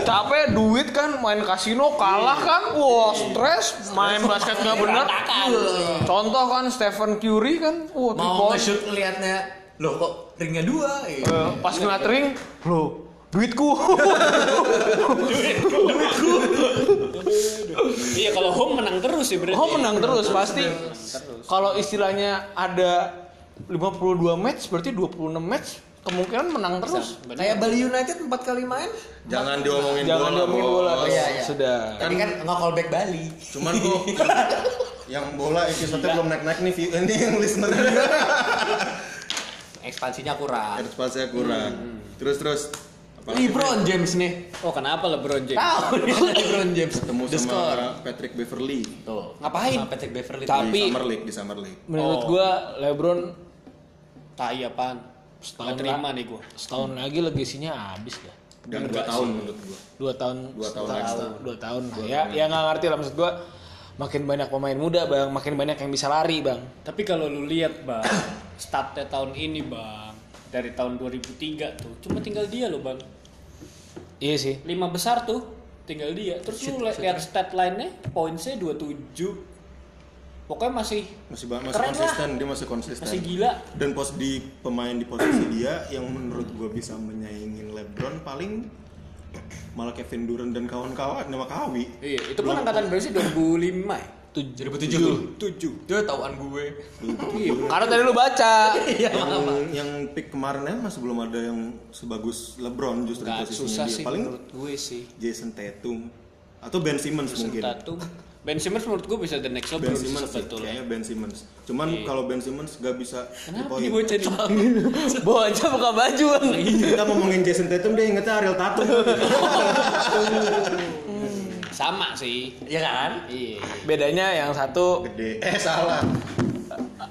Speaker 1: capek duit kan main kasino kalah kan wah stres main basket nggak bener contoh kan Stephen Curry kan wah three
Speaker 3: Mau
Speaker 1: point.
Speaker 3: nge-shoot ngeliatnya, loh kok ringnya dua? Iya.
Speaker 1: Eh, pas ngeliat ring loh duitku
Speaker 5: Iya kalau home menang terus sih berarti.
Speaker 1: Oh menang terus pasti. Kalau istilahnya ada 52 match berarti 26 match kemungkinan menang terus.
Speaker 3: Kayak Bali United empat kali main.
Speaker 4: Jangan diomongin
Speaker 1: Jangan diomongin bola.
Speaker 4: Bos.
Speaker 3: iya, iya.
Speaker 1: Sudah.
Speaker 3: Tadi kan nggak callback Bali.
Speaker 4: Cuman kok yang bola episode belum naik-naik nih view ini yang listener
Speaker 3: Ekspansinya kurang.
Speaker 4: Expansinya kurang. Terus terus apa lagi?
Speaker 3: LeBron James nih.
Speaker 5: Oh kenapa LeBron James?
Speaker 3: Tahu nih LeBron James.
Speaker 4: ketemu
Speaker 3: The
Speaker 4: sama
Speaker 3: score.
Speaker 4: Patrick Beverly
Speaker 3: Tuh. Ngapain? Sama Patrick Beverly.
Speaker 4: di
Speaker 1: Tapi
Speaker 4: Summer League di Summer League.
Speaker 1: menurut gua LeBron
Speaker 5: Tai apaan?
Speaker 1: setahun
Speaker 5: Nggak terima nih gue.
Speaker 1: setahun lagi legasinya habis dah.
Speaker 4: Dan 2 tahun menurut gua.
Speaker 1: Dua tahun.
Speaker 4: Dua tahun
Speaker 1: setahun-
Speaker 4: lagi.
Speaker 1: Dua tahun. Nah, ya ya nggak ngerti lah maksud gua. Makin banyak pemain muda bang, makin banyak yang bisa lari bang.
Speaker 5: Tapi kalau lu lihat bang, statnya tahun ini bang dari tahun 2003 tuh cuma tinggal dia loh bang.
Speaker 1: Iya sih.
Speaker 5: lima besar tuh tinggal dia terus lu li- lihat stat line-nya poinnya 27 pokoknya masih
Speaker 4: Masih ba- masih
Speaker 5: Keren lah.
Speaker 4: konsisten, dia masih konsisten.
Speaker 5: masih gila
Speaker 4: Dan pos di pemain di posisi dia yang menurut gua bisa menyaingin LeBron paling malah Kevin Durant dan kawan-kawan nama Kawi.
Speaker 5: iya itu pun angkatan berapa sih 2005 ya
Speaker 1: Tujuh.
Speaker 3: 2007. 7. Dia tauan gue.
Speaker 1: Karena tadi lu baca.
Speaker 3: Iya,
Speaker 4: yang,
Speaker 3: maaf. Pak.
Speaker 4: yang pick kemarinnya masih belum ada yang sebagus LeBron justru
Speaker 5: Nggak
Speaker 4: posisinya
Speaker 5: susah
Speaker 4: dia.
Speaker 5: sih
Speaker 4: Paling
Speaker 5: menurut gue sih.
Speaker 4: Jason Tatum atau Ben Simmons mungkin.
Speaker 5: Tatum. Ben Simmons menurut gue bisa the next level
Speaker 4: Ben Simmons sih,
Speaker 5: sebetulnya.
Speaker 4: kayaknya Ben Simmons. Cuman kalau Ben Simmons gak bisa dipoin.
Speaker 5: Kenapa nih bocah di
Speaker 1: Bawa aja buka baju bang.
Speaker 4: Iya, Kita ngomongin Jason Tatum dia ingetnya Ariel Tatum.
Speaker 5: Sama sih.
Speaker 3: Iya kan?
Speaker 5: Iya.
Speaker 1: Bedanya yang satu
Speaker 4: Gede. Eh salah.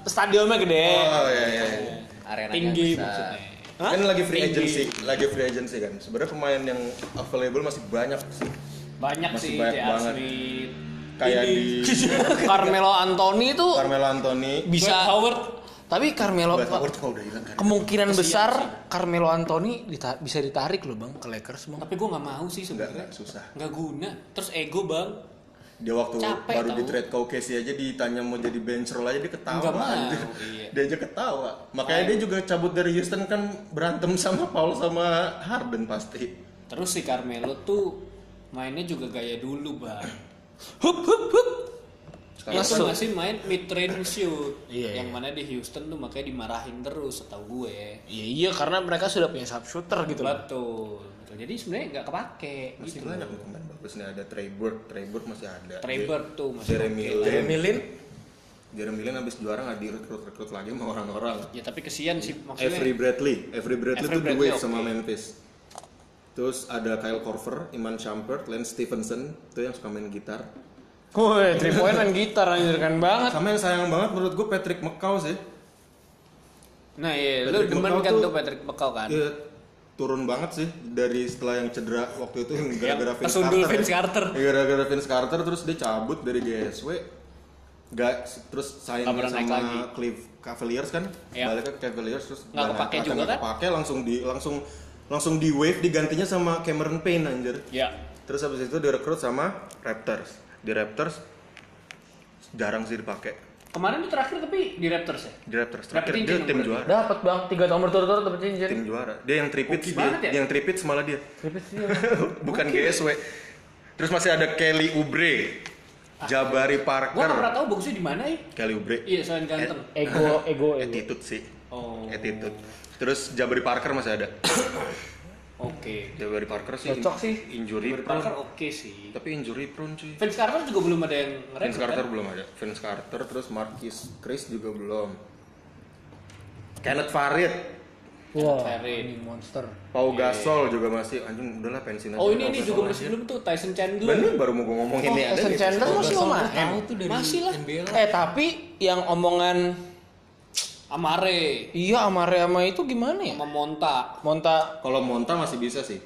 Speaker 1: stadionnya gede.
Speaker 5: Eh.
Speaker 4: Oh iya iya. iya.
Speaker 3: Arenanya
Speaker 5: Tinggi
Speaker 3: bisa.
Speaker 5: maksudnya.
Speaker 4: Kan lagi free agency, lagi free agency kan. Sebenarnya pemain yang available masih banyak sih.
Speaker 5: Banyak
Speaker 4: Masih
Speaker 5: sih
Speaker 4: banyak
Speaker 5: J.R.
Speaker 4: banget.
Speaker 5: Smith.
Speaker 4: Kayak di
Speaker 1: Carmelo Anthony itu
Speaker 4: Carmelo Anthony.
Speaker 1: bisa.
Speaker 5: Dwight Howard.
Speaker 1: Tapi Carmelo
Speaker 4: Dwight Howard kok udah hilang kan.
Speaker 1: kemungkinan besar Carmelo Anthony dita- bisa ditarik loh bang ke Lakers bang.
Speaker 5: Tapi gue nggak mau sih
Speaker 4: Enggak,
Speaker 5: sebenarnya.
Speaker 4: enggak susah.
Speaker 5: Nggak guna. Terus ego bang.
Speaker 4: Dia waktu
Speaker 5: Capek
Speaker 4: baru
Speaker 5: tau.
Speaker 4: di trade kau Casey aja ditanya mau jadi bench roll aja dia ketawa.
Speaker 5: Nggak mau,
Speaker 4: anjir.
Speaker 5: iya.
Speaker 4: Dia aja ketawa. Makanya dia juga cabut dari Houston kan berantem sama Paul sama Harden pasti.
Speaker 5: Terus si Carmelo tuh mainnya juga gaya dulu bang.
Speaker 1: Hup hup hup.
Speaker 5: Itu
Speaker 1: Masuk.
Speaker 4: Sekarang
Speaker 5: masih main mid range shoot.
Speaker 1: Iya,
Speaker 5: yang mana di Houston tuh makanya dimarahin terus setahu gue.
Speaker 1: Iya iya karena mereka sudah punya sharpshooter gitu loh.
Speaker 5: Betul. Betul. Jadi sebenarnya nggak kepake
Speaker 4: masih
Speaker 5: gitu.
Speaker 4: banyak loh pemain bagus nih ada Trey Burke, Trey Burke masih ada.
Speaker 5: Trey
Speaker 4: Dia-
Speaker 5: Burke tuh masih
Speaker 4: Jeremy
Speaker 5: oke lah.
Speaker 4: Lin.
Speaker 3: Jeremy Lin
Speaker 4: Jeremy Lin abis juara nggak direkrut-rekrut lagi sama orang-orang.
Speaker 5: Ya tapi kesian sih maksudnya.
Speaker 4: Avery Bradley, Avery Bradley
Speaker 5: Avery
Speaker 4: tuh the
Speaker 5: Bradley,
Speaker 4: wave
Speaker 5: oke.
Speaker 4: sama Memphis. Terus ada Kyle Korver, Iman Shumpert, Lance Stevenson, itu yang suka main gitar.
Speaker 1: Woi, three point dan gitar anjir kan banget.
Speaker 4: Sama yang sayang banget menurut gue Patrick McCaw sih.
Speaker 5: Nah iya, lu
Speaker 4: Patrick
Speaker 5: demen
Speaker 4: Bekal
Speaker 5: kan
Speaker 4: tuh-
Speaker 5: tuh Patrick Bekal kan?
Speaker 4: Iya, turun banget sih dari setelah yang cedera waktu itu yang gara-gara Vince
Speaker 5: Kesundul
Speaker 4: Carter.
Speaker 5: Vince
Speaker 4: ya.
Speaker 5: Carter.
Speaker 4: Iya, Gara-gara Vince Carter terus dia cabut dari GSW. Gak terus sign
Speaker 5: Nggak pernah
Speaker 4: sama
Speaker 5: naik lagi.
Speaker 4: Cliff Cavaliers kan?
Speaker 5: Iya.
Speaker 4: Balik ke Cavaliers terus
Speaker 5: Nggak kepake juga kan?
Speaker 4: Pakai langsung di langsung langsung di wave digantinya sama Cameron Payne anjir.
Speaker 1: Iya.
Speaker 5: Ya.
Speaker 4: Terus habis itu direkrut sama Raptors. Di Raptors jarang sih dipakai.
Speaker 5: Kemarin tuh terakhir tapi di Raptors ya?
Speaker 4: Di Raptors
Speaker 5: Dapet
Speaker 4: terakhir dia
Speaker 5: cincin
Speaker 4: tim
Speaker 5: berarti.
Speaker 4: juara.
Speaker 1: Dapat bang tiga nomor turut-turut dapat cincin.
Speaker 4: Tim juara. Dia yang tripit
Speaker 5: Oke
Speaker 4: dia,
Speaker 5: banget ya?
Speaker 4: yang tripit malah dia.
Speaker 1: Tipis sih. ya.
Speaker 4: bukan GSW. Terus masih ada Kelly Oubre, Jabari
Speaker 5: Ah. Gua nggak pernah
Speaker 4: Parker,
Speaker 5: tahu bagusnya di mana ya?
Speaker 4: Kelly Oubre.
Speaker 5: Iya, selain ganteng.
Speaker 1: Ego ego ego.
Speaker 4: Attitude sih,
Speaker 5: Oh, oke.
Speaker 4: attitude. Terus Jabari Parker masih ada. Jabari Parker sih.
Speaker 1: Cocok sih.
Speaker 4: Injury prone.
Speaker 5: Parker oh. oke sih.
Speaker 4: Tapi injury prone cuy.
Speaker 5: Vince Carter juga belum ada yang
Speaker 4: Vince
Speaker 5: ngerekrut
Speaker 4: Carter
Speaker 5: kan?
Speaker 4: belum ada. Vince Carter terus Marquis Chris juga belum. Kenneth Farid,
Speaker 1: Wah,
Speaker 5: Farid.
Speaker 1: ini monster.
Speaker 4: Pau Gasol juga masih anjing udahlah pensiun aja.
Speaker 5: Iya. Oh ini
Speaker 4: Pau
Speaker 5: ini
Speaker 4: Gasol
Speaker 5: juga
Speaker 4: aja.
Speaker 5: masih ya? belum tuh Tyson Chandler.
Speaker 4: Bener baru mau gue ngomong ini ada
Speaker 1: Tyson
Speaker 4: nih.
Speaker 1: Chandler masih mau main.
Speaker 3: tahu tuh dari
Speaker 5: Masih lah.
Speaker 3: NBA lah.
Speaker 1: Eh tapi yang omongan
Speaker 5: Amare
Speaker 1: iya Amare sama itu gimana ya?
Speaker 5: sama Monta.
Speaker 1: Monta
Speaker 4: Kalau Monta masih bisa sih.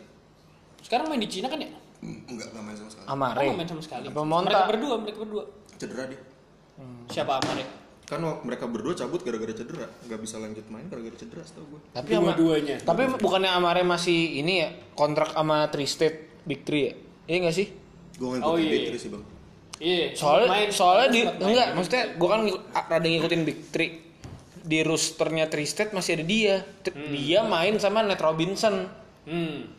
Speaker 5: Sekarang main di Cina kan ya?
Speaker 4: Enggak, enggak main sama sekali.
Speaker 5: Oh,
Speaker 1: Amare.
Speaker 5: nggak main sama sekali.
Speaker 1: Apa
Speaker 5: Mereka
Speaker 1: Monta? Hmm.
Speaker 5: berdua, mereka berdua.
Speaker 4: Cedera dia.
Speaker 5: Siapa Amare?
Speaker 4: kan waktu mereka berdua cabut gara-gara cedera nggak bisa lanjut main gara-gara cedera setahu gue
Speaker 1: Tapi ama-
Speaker 5: Dua-duanya.
Speaker 1: Iya, Tapi bukannya Amare masih ini ya kontrak sama Tri State Big Three ya? Iya nggak sih?
Speaker 4: gue ngikutin
Speaker 5: Oh,
Speaker 4: oh,
Speaker 5: iya.
Speaker 4: sih bang
Speaker 5: Iya.
Speaker 1: Soalnya
Speaker 5: main-
Speaker 1: soalnya di
Speaker 5: sempat main.
Speaker 1: enggak maksudnya gua kan ngiku- rada ngikutin Big Three di rosternya Tri State masih ada dia. T- Dia main sama Nate Robinson.
Speaker 5: Hmm.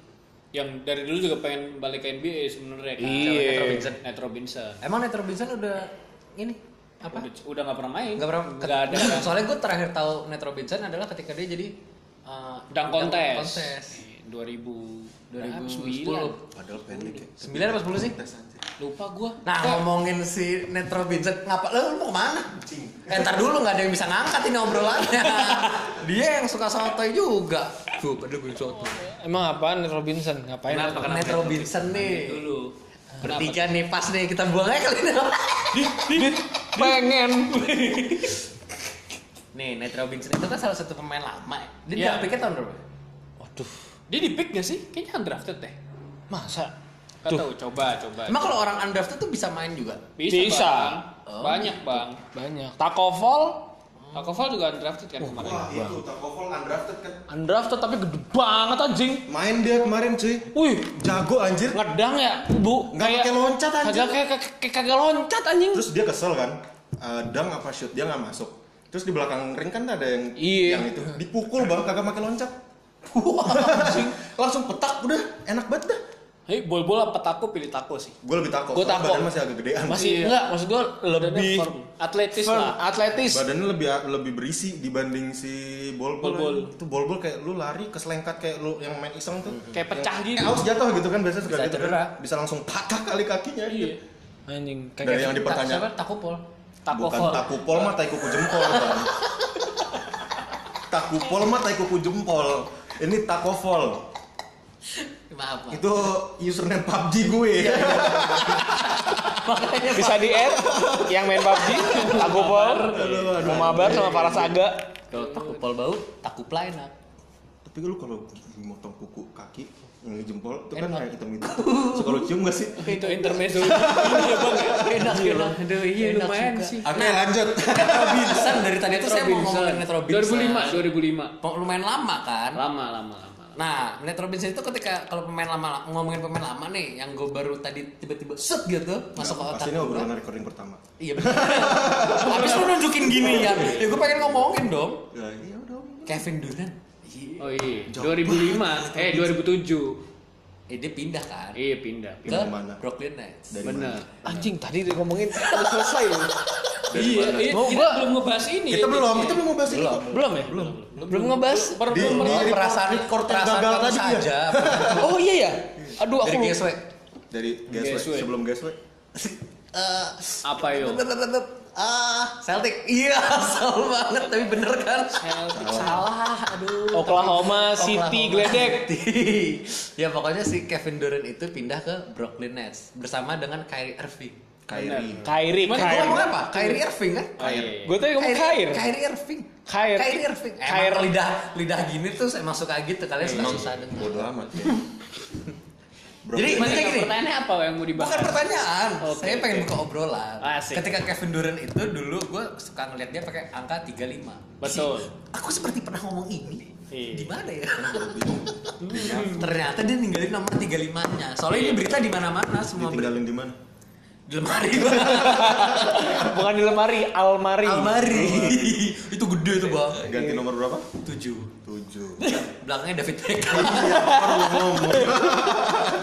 Speaker 5: Yang dari dulu juga pengen balik ke NBA sebenarnya kan.
Speaker 1: Iya.
Speaker 5: Nate Robinson. Nate Robinson.
Speaker 3: Emang Nate Robinson udah ini apa?
Speaker 5: Udah, udah gak pernah main.
Speaker 3: Enggak pernah.
Speaker 5: Nggak ada. kan?
Speaker 3: Soalnya gue terakhir tahu Nate Robinson adalah ketika dia jadi eh,
Speaker 5: Dang kontes.
Speaker 3: kontes.
Speaker 5: Iya, 2000
Speaker 3: 2010.
Speaker 5: 2009.
Speaker 4: padahal pendek ya
Speaker 3: 9 apa 10 sih?
Speaker 5: Lupa gua.
Speaker 3: Nah ngomongin si Nate Robinson ngapa lo mau kemana? Eh, ntar dulu nggak ada yang bisa ngangkat ini obrolannya. Dia yang suka sotoy juga. Tuh padahal gue sotoy.
Speaker 1: Emang apaan Nate Robinson? Ngapain?
Speaker 5: Kenapa?
Speaker 3: Nate Robinson nih.
Speaker 5: dulu. Kenapa?
Speaker 3: Bertiga nih pas nih kita buang aja kali ini.
Speaker 1: Pengen.
Speaker 3: Nih Nate Robinson itu kan salah satu pemain lama. ya. Dia
Speaker 5: Iya.
Speaker 3: yeah. pikir tahun berapa?
Speaker 1: Waduh,
Speaker 5: Dia di pick gak sih? Kayaknya undrafted deh.
Speaker 1: masa?
Speaker 5: Gak tahu, coba coba.
Speaker 3: Emang kalau orang undrafted tuh bisa main juga?
Speaker 5: bisa,
Speaker 1: Bisa.
Speaker 5: Bang.
Speaker 3: Oh.
Speaker 5: Banyak, Bang.
Speaker 1: Banyak. Takovol
Speaker 5: Takoval juga undrafted kan kemarin.
Speaker 4: wah itu Takovol undrafted kan
Speaker 1: undrafted tapi gede banget anjing.
Speaker 4: main dia kemarin cuy
Speaker 1: Wih,
Speaker 4: jago anjir
Speaker 1: ngedang ya, Bu.
Speaker 4: Nggak pakai loncat, anjing.
Speaker 1: Kagak kayak kayak- kayak kagak loncat anjing.
Speaker 4: terus dia kesel kan Eh, dang apa shoot dia nggak masuk terus di belakang ring kan ada yang
Speaker 1: Iya.
Speaker 4: yang itu dipukul bang kagak pakai loncat langsung petak udah enak banget dah
Speaker 5: Hei, bol-bol apa tako pilih tako sih.
Speaker 4: Gue lebih takut.
Speaker 1: Gua
Speaker 4: soalnya
Speaker 1: takut.
Speaker 4: Badan masih agak gedean.
Speaker 1: Masih
Speaker 5: Iya.
Speaker 1: enggak, maksud gue lebih
Speaker 5: Badannya firm. atletis
Speaker 1: firm,
Speaker 5: lah.
Speaker 1: atletis.
Speaker 4: Badannya lebih lebih berisi dibanding si bol-bol.
Speaker 5: Bol-bol.
Speaker 4: aja. Itu bol-bol kayak lu lari keselengkat kayak lu yang main iseng tuh.
Speaker 5: Kayak pecah
Speaker 4: Yang-
Speaker 5: gitu.
Speaker 4: Eh, aus jatuh gitu kan biasanya suka
Speaker 3: Bisa
Speaker 4: gitu kan.
Speaker 3: cedera.
Speaker 4: Bisa langsung patah kali kakinya
Speaker 5: Iya.
Speaker 4: gitu.
Speaker 1: Anjing,
Speaker 5: kan
Speaker 4: Dari yang dipertanyakan.
Speaker 3: Siapa? Takupol.
Speaker 5: Tako
Speaker 4: Bukan
Speaker 5: fall.
Speaker 4: takupol mah tai kuku jempol. Bang. takupol mah tai kuku jempol. Ini takofol.
Speaker 3: Maaf, maaf.
Speaker 4: Itu username PUBG gue.
Speaker 3: Iya,
Speaker 1: bisa di add yang main PUBG, aku pol, mau mabar sama para saga.
Speaker 3: Kalau takupol bau, takup lain lah.
Speaker 4: Tapi lu kalau motong kuku kaki yang jempol itu kan
Speaker 3: Enak.
Speaker 4: kayak hitam itu. Suka lu cium gak sih?
Speaker 5: Itu intermezzo. gitu. Iya bang.
Speaker 3: Enak, enak.
Speaker 5: Aduh, iya
Speaker 3: Enak
Speaker 5: lumayan
Speaker 3: juga.
Speaker 5: sih.
Speaker 4: Oke, lanjut.
Speaker 3: Binsan dari tadi tuh saya mau ngomongin Metro Binsan.
Speaker 5: 2005, 2005.
Speaker 3: Lumayan lama kan?
Speaker 5: Lama, lama, lama.
Speaker 3: Nah, Nate Robinson itu ketika kalau pemain lama ngomongin pemain lama nih, yang gue baru tadi tiba-tiba set gitu masuk ke otak.
Speaker 4: Pasti ini
Speaker 3: gua.
Speaker 4: obrolan recording pertama.
Speaker 3: Iya benar. Habis lu nunjukin gini ya. Ya gue pengen ngomongin dong.
Speaker 4: Ya, iya udah. omongin.
Speaker 3: Kevin Durant.
Speaker 5: Oh iya, 2005. Eh, 2007.
Speaker 3: Eh dia pindah kan
Speaker 5: Iya, pindah.
Speaker 3: ke
Speaker 4: Pindah mana?
Speaker 3: Brooklyn Nets.
Speaker 4: Dari
Speaker 5: Bener.
Speaker 4: mana?
Speaker 1: Anjing tadi udah ngomongin udah selesai. loh.
Speaker 5: Iya, iya,
Speaker 1: Mau
Speaker 5: kita
Speaker 1: gua?
Speaker 5: belum ngebahas ini.
Speaker 4: Kita
Speaker 5: ya,
Speaker 3: Iya,
Speaker 4: belum,
Speaker 5: Nis,
Speaker 4: kita
Speaker 5: ya.
Speaker 4: belum mau bahas ini.
Speaker 1: Belum ya? Belum. Belum ngebahas.
Speaker 4: Di, di,
Speaker 3: Oh,
Speaker 4: report-
Speaker 3: perasaan
Speaker 4: report yang
Speaker 3: perasaan
Speaker 4: gagal
Speaker 3: kamu
Speaker 4: tadi ya.
Speaker 3: saja.
Speaker 1: Oh iya ya. Aduh
Speaker 3: Dari
Speaker 1: aku
Speaker 3: GSW.
Speaker 4: Dari
Speaker 5: Gasway.
Speaker 4: gasway, sebelum gasway.
Speaker 3: Eh,
Speaker 5: Apa yo?
Speaker 3: ah, Celtic. Iya, salah banget tapi bener kan? Celtic salah. Aduh.
Speaker 1: Oklahoma
Speaker 3: tapi-
Speaker 1: City
Speaker 3: Oklahoma
Speaker 1: geledek.
Speaker 3: City. ya pokoknya si Kevin Durant itu pindah ke Brooklyn Nets bersama dengan Kyrie Irving.
Speaker 4: Kyrie.
Speaker 1: Kyrie,
Speaker 3: Cuman gue
Speaker 1: Kyrie.
Speaker 3: ngomong apa? Kyrie Irving kan?
Speaker 5: Oh, iya.
Speaker 1: Gue tadi ngomong Kair.
Speaker 3: Kyrie Irving.
Speaker 1: Kair.
Speaker 3: Kyrie Irving. Emang
Speaker 1: Kair.
Speaker 3: lidah lidah gini tuh saya masuk kayak gitu kalian suka
Speaker 4: Emang
Speaker 3: susah dengar.
Speaker 4: bodo amat ya. Bro,
Speaker 3: Jadi
Speaker 4: ini-
Speaker 3: maksudnya
Speaker 5: Gini,
Speaker 3: gini.
Speaker 5: pertanyaannya apa yang mau dibahas?
Speaker 3: Bukan pertanyaan,
Speaker 5: Oke,
Speaker 3: saya pengen
Speaker 5: oke.
Speaker 3: buka obrolan.
Speaker 5: Asik.
Speaker 3: Ketika Kevin Durant itu dulu gue suka ngeliat dia pakai angka 35.
Speaker 5: Betul.
Speaker 3: Si, aku seperti pernah ngomong ini.
Speaker 5: Iya. Hmm.
Speaker 3: Di mana ya? Ternyata dia ninggalin nomor 35-nya. Soalnya
Speaker 5: Iya.
Speaker 3: ini berita di mana-mana semua berita
Speaker 4: ditinggalin di mana?
Speaker 3: di lemari.
Speaker 1: Bukan di lemari, almari.
Speaker 3: Almari.
Speaker 5: Oh.
Speaker 3: itu gede tuh, Bang.
Speaker 4: Ganti nomor berapa?
Speaker 3: 7.
Speaker 4: 7.
Speaker 3: Iya. belakangnya David Beckham.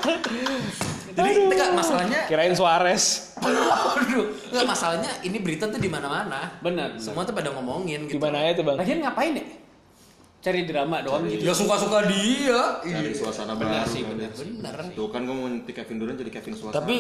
Speaker 3: Jadi teka, masalahnya,
Speaker 1: Kirain Suarez.
Speaker 3: aduh, nggak masalahnya ini berita tuh di mana-mana.
Speaker 5: Benar, benar.
Speaker 3: Semua tuh pada ngomongin gitu.
Speaker 1: Di mana aja tuh, Bang?
Speaker 5: Lagian ngapain ya? Cari drama doang gitu.
Speaker 3: Ya suka-suka dia. Iya.
Speaker 4: Cari suasana
Speaker 5: Benar
Speaker 4: baru.
Speaker 5: sih,
Speaker 4: kali.
Speaker 5: benar.
Speaker 3: Bener.
Speaker 4: Tuh kan gue mau nanti Kevin Durant jadi Kevin Suasana.
Speaker 1: Tapi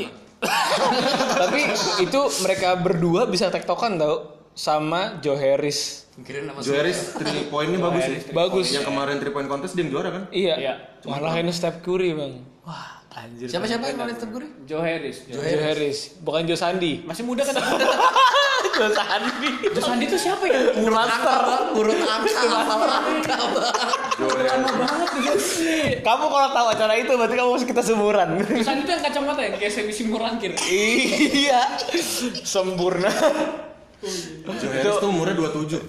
Speaker 1: tapi itu mereka berdua bisa tektokan tau sama Joe Harris.
Speaker 3: Mungkin nama
Speaker 4: Joeris 3 poinnya bagus sih.
Speaker 1: Bagus.
Speaker 4: Yang kemarin 3 point contest dia yang juara kan?
Speaker 1: Iya.
Speaker 5: Iya.
Speaker 1: Malah ini Steph Curry, Bang.
Speaker 3: Wah, anjir. Siapa-siapa yang kemarin tegur?
Speaker 5: Joe Harris. Joe.
Speaker 3: Joe
Speaker 1: Joe
Speaker 3: Harris.
Speaker 1: Harris, bukan Joe Sandi.
Speaker 5: Masih muda kan? Joe Sandi. Joe Sandi itu siapa ya?
Speaker 3: Urut angka, Bang. Urut angka, hafal angka, Bang.
Speaker 4: Joeris.
Speaker 1: Kamu kalau tahu acara itu berarti kamu kita semuran.
Speaker 5: Joe Sandi itu yang kacamata ya? Kayak semi simurangkir.
Speaker 1: iya. Sempurna.
Speaker 4: Joeris tuh umurnya 27.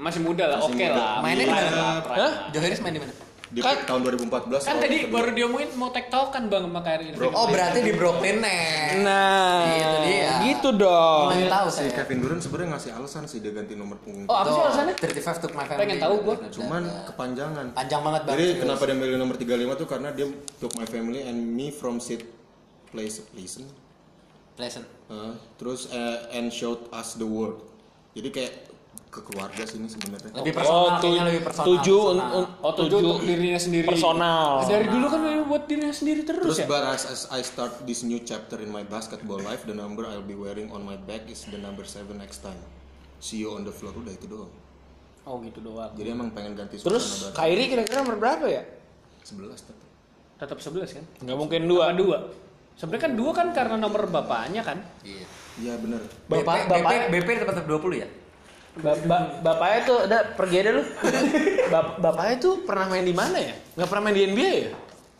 Speaker 5: Masih muda lah,
Speaker 4: Masih
Speaker 5: oke
Speaker 4: muda.
Speaker 5: lah.
Speaker 3: Mainnya di mana?
Speaker 5: Prime.
Speaker 1: Hah?
Speaker 3: Joharis main di mana?
Speaker 4: Di
Speaker 1: Kan-
Speaker 4: tahun 2014.
Speaker 5: Kan
Speaker 4: kalau
Speaker 5: tadi
Speaker 4: Kevin
Speaker 5: baru
Speaker 4: Durant.
Speaker 5: diomongin mau tektok kan bang sama Kyrie Irving.
Speaker 3: Oh, berarti di Brooklyn nih.
Speaker 1: Nah,
Speaker 3: Gitu dia.
Speaker 1: gitu dong.
Speaker 3: Main tahu
Speaker 4: si
Speaker 3: saya.
Speaker 4: Kevin Durant sebenarnya ngasih alasan sih dia ganti nomor punggung.
Speaker 5: Oh, apa sih alasannya?
Speaker 3: 35 took my family.
Speaker 5: Pengen tahu gua.
Speaker 4: Cuman kepanjangan.
Speaker 3: panjang banget banget.
Speaker 4: Nah, Jadi kenapa dia milih nomor 35 tuh karena dia took my family and me from seat place pleasant.
Speaker 3: Pleasant.
Speaker 4: Uh, terus eh, and showed us the world. Jadi kayak ke keluarga sini sebenarnya.
Speaker 3: Lebih personal,
Speaker 1: tu-
Speaker 3: kayaknya lebih personal.
Speaker 1: Oh, Tujuh,
Speaker 3: personal.
Speaker 1: un- un-
Speaker 5: Oh tujuh untuk dirinya sendiri.
Speaker 1: Personal.
Speaker 5: Dari dulu kan memang buat dirinya sendiri terus,
Speaker 4: Terus
Speaker 5: ya.
Speaker 4: but as, as I start this new chapter in my basketball life, the number I'll be wearing on my back is the number 7 next time. See you on the floor udah itu doang.
Speaker 5: Oh gitu doang.
Speaker 4: Jadi emang pengen ganti
Speaker 1: Terus
Speaker 4: suasana
Speaker 1: Kyrie kira-kira nomor berapa ya?
Speaker 4: baru. 11 tetap.
Speaker 5: Tetap 11 kan?
Speaker 1: Nggak mungkin dua.
Speaker 5: Apa dua? Sebenarnya kan dua kan karena nomor bapaknya kan.
Speaker 3: Iya.
Speaker 4: Iya bener.
Speaker 1: Bapak,
Speaker 3: BP,
Speaker 1: bapak,
Speaker 3: BP, BP dapat 20 ya?
Speaker 1: ba- ba- bapaknya tuh ada pergi aja lu. Bap- bapaknya tuh pernah main di mana ya? Nggak pernah main di NBA ya?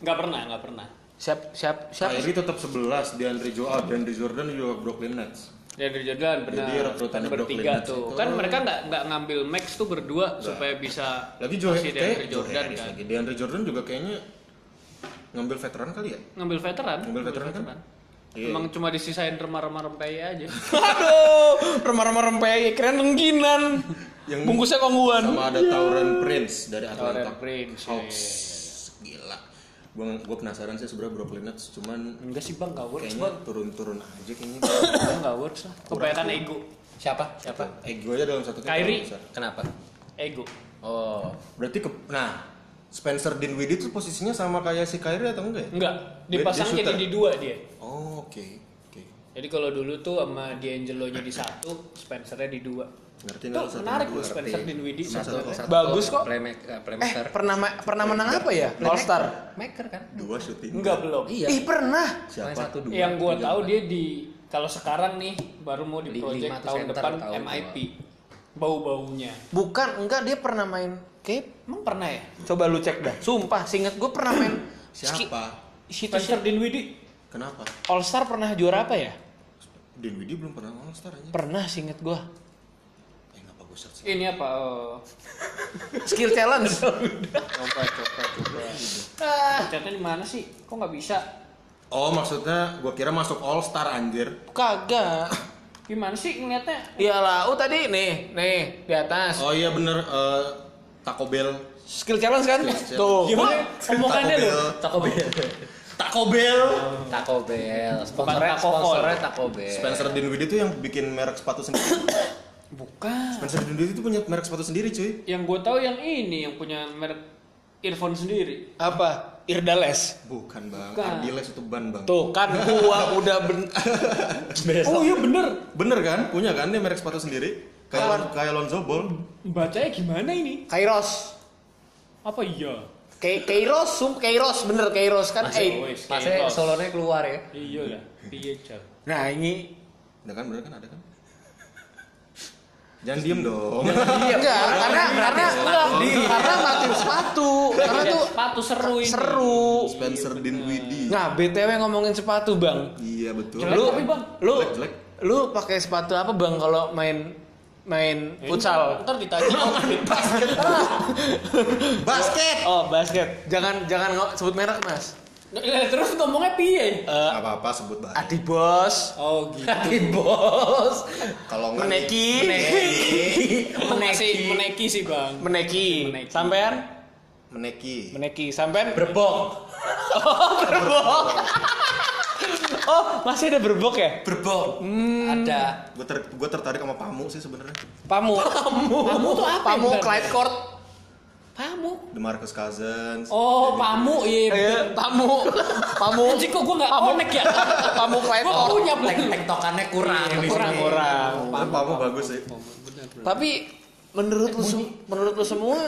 Speaker 5: Nggak pernah, nggak pernah.
Speaker 1: Siap, siap, siap.
Speaker 4: Kyrie tetap 11, DeAndre Joel, DeAndre Jordan juga Brooklyn Nets.
Speaker 5: Ya, Dari Jordan benar.
Speaker 4: Jadi rekrutan
Speaker 5: Kan
Speaker 4: Brooklyn
Speaker 5: bertiga
Speaker 4: Nets
Speaker 5: tuh.
Speaker 4: itu-
Speaker 5: Kan mereka nggak nggak ngambil max tuh berdua supaya bisa
Speaker 4: Lagi Joe
Speaker 5: kasih DeAndre
Speaker 4: kayak Joe
Speaker 5: Jordan
Speaker 4: Harris
Speaker 5: kan.
Speaker 4: lagi. DeAndre Jordan juga kayaknya ngambil veteran kali ya?
Speaker 5: Ngambil veteran.
Speaker 4: Ngambil veteran kan? Iya.
Speaker 5: Emang cuma disisain remah-remah rempeyek aja.
Speaker 3: Oh,
Speaker 1: Aduh, remah-remah rempeyek, keren rengginan.
Speaker 4: Yang-
Speaker 1: Bungkusnya kongguan.
Speaker 5: Iya.
Speaker 4: Sama ada Tauren Prince dari Atlanta
Speaker 5: Tauren Prince,
Speaker 4: Hawks. Gila. Gue gue penasaran sih sebenarnya Brooklyn Nets, cuman
Speaker 5: Enggak sih bang, gak works
Speaker 4: kayaknya
Speaker 5: bang.
Speaker 4: turun-turun aja kayaknya.
Speaker 5: Bang, Gak works lah. Kebanyakan ego.
Speaker 3: Siapa? Siapa?
Speaker 4: Ego aja dalam satu tim
Speaker 5: Kyrie.
Speaker 4: terlalu besar.
Speaker 3: Kenapa?
Speaker 5: Ego.
Speaker 3: Oh,
Speaker 4: Berarti ke, nah Spencer Dinwiddie tuh posisinya sama kayak si Kyrie atau enggak? ya?
Speaker 5: Enggak,
Speaker 4: Dia-
Speaker 5: dipasang
Speaker 4: dia
Speaker 5: jadi
Speaker 4: shooter.
Speaker 5: di dua dia.
Speaker 4: Oh oke oke
Speaker 5: Jadi kalau dulu tuh sama D'Angelo-nya di satu, Spencer-nya di dua.
Speaker 4: ngerti
Speaker 5: Itu
Speaker 4: nggak lu satu
Speaker 5: menarik
Speaker 4: dua?
Speaker 5: tuh Spencer
Speaker 3: ngerti.
Speaker 5: Dinwiddie
Speaker 4: Satu-
Speaker 5: sebenarnya.
Speaker 3: satu
Speaker 1: Bagus kok.
Speaker 3: playmaker, eh,
Speaker 1: Eh,
Speaker 3: playmaker.
Speaker 1: pernah ma- pernah menang apa ya? All Star.
Speaker 3: Maker kan?
Speaker 4: dua shooting
Speaker 5: Enggak belum.
Speaker 3: Iya.
Speaker 1: Ih, pernah.
Speaker 4: Siapa?
Speaker 3: Main satu dua.
Speaker 5: Yang gua
Speaker 3: tiga,
Speaker 5: tahu
Speaker 3: empat.
Speaker 5: dia di kalau sekarang nih baru mau di
Speaker 3: Li- lima
Speaker 5: project
Speaker 3: tuh
Speaker 5: tahun
Speaker 3: center,
Speaker 5: depan
Speaker 3: tahun
Speaker 5: MIP. Bau-baunya.
Speaker 1: Bukan, enggak dia pernah main Kayak
Speaker 5: Emang pernah ya?
Speaker 1: coba lu cek dah. Sumpah, singet gue pernah main Ski-
Speaker 4: siapa
Speaker 1: Situ
Speaker 5: Spencer Dinwiddie.
Speaker 4: kenapa
Speaker 1: All Star pernah juara apa ya?
Speaker 4: Dinwiddie belum pernah All Star aja
Speaker 1: Pernah singet gue.
Speaker 4: eh nggak bagus sih
Speaker 5: Ini apa? Oh.
Speaker 1: Skill challenge.
Speaker 5: Coba coba coba. Ah, catnya di mana sih? Kok nggak bisa?
Speaker 4: oh maksudnya gua kira masuk All Star anjir
Speaker 1: Kagak.
Speaker 5: Gimana sih ngeliatnya?
Speaker 1: Ya lau tadi nih, nih di atas.
Speaker 4: oh iya bener eh, Taco Bell
Speaker 1: Skill challenge kan?
Speaker 4: Skill challenge.
Speaker 1: Tuh.
Speaker 5: Gimana? Omongannya
Speaker 4: Taco
Speaker 5: lu.
Speaker 4: Bell.
Speaker 3: Taco Bell.
Speaker 4: Taco Bell
Speaker 3: Taco Bell. Sponsornya
Speaker 5: Taco Fall.
Speaker 3: sponsornya Taco Bell.
Speaker 4: Spencer Dinwiddie tuh yang bikin merek sepatu sendiri
Speaker 5: Bukan.
Speaker 4: Spencer Dinwiddie tuh punya merek sepatu sendiri cuy
Speaker 5: Yang gue tahu yang ini yang punya merek earphone sendiri.
Speaker 1: Apa? Irdales.
Speaker 4: bukan bang
Speaker 5: Bukan.
Speaker 4: Ardiles itu ban bang
Speaker 1: Tuh kan gua udah ben-
Speaker 5: Oh iya bener.
Speaker 4: bener kan punya kan dia merek sepatu sendiri kayak kayak Lonzo Ball
Speaker 5: Bacanya gimana ini?
Speaker 1: Kairos.
Speaker 5: Apa iya?
Speaker 1: Kei- Kairos, sum Kairos bener Kairos kan.
Speaker 5: Masih
Speaker 1: Eh.
Speaker 5: always
Speaker 3: Masih
Speaker 5: chaos.
Speaker 3: solonya keluar ya.
Speaker 5: Iya lah. Iya cal.
Speaker 1: Nah, ini
Speaker 4: Ada kan bener kan ada kan? Jangan diem dong.
Speaker 1: enggak karena karena enggak,
Speaker 4: Iya.
Speaker 1: karena ngeliatin sepatu. Karena
Speaker 5: Lihat
Speaker 1: tuh
Speaker 5: Iya, sepatu seru ini.
Speaker 1: seru.
Speaker 4: Spencer Dinwiddie.
Speaker 1: Nah, BTW ngomongin sepatu, Bang.
Speaker 4: Iya betul.
Speaker 5: Jelek
Speaker 1: Lu
Speaker 5: tapi, Bang.
Speaker 1: lu
Speaker 4: Jelek, jelek.
Speaker 1: lu pakai sepatu apa, Bang, kalau main main futsal?
Speaker 5: Ntar ditanya basket.
Speaker 4: Basket.
Speaker 1: Oh, basket. Jangan jangan ngo- sebut merek, Mas.
Speaker 5: Terus ngomongnya
Speaker 1: Eh,
Speaker 5: piye?
Speaker 4: apa-apa sebut baik.
Speaker 1: Adi Bos,
Speaker 5: Oh gitu.
Speaker 3: Hati bos.
Speaker 4: Kalau nggak
Speaker 1: Meneki,
Speaker 5: Meneki. Meneki sih bang.
Speaker 1: Meneki,
Speaker 5: Meneki.
Speaker 1: sampean
Speaker 4: Meneki.
Speaker 1: Meneki, sampean
Speaker 3: Berbok.
Speaker 1: berbok. oh, masih ada berbok ya?
Speaker 3: Berbok.
Speaker 5: Hmm.
Speaker 3: Ada
Speaker 4: Gue ter gua tertarik sama Pamu sih sebenarnya.
Speaker 1: Pamu. Pamu.
Speaker 5: tuh apa ya?
Speaker 1: Pamu
Speaker 5: yang
Speaker 1: Clyde Court.
Speaker 5: Pamu.
Speaker 4: DeMarcus Cousins.
Speaker 5: Oh pamu iya.
Speaker 1: Eh, pamu. Pamu.
Speaker 5: Anjir kok gue gak connect ya?
Speaker 1: Pamu Clyde
Speaker 5: Gue
Speaker 1: Court.
Speaker 5: punya
Speaker 3: tek
Speaker 5: black
Speaker 3: tektokannya kurang di sini.
Speaker 1: Kurang.
Speaker 4: Pamu, Pamu, bagus sih.
Speaker 1: Tapi menurut lu sem- menurut lu semua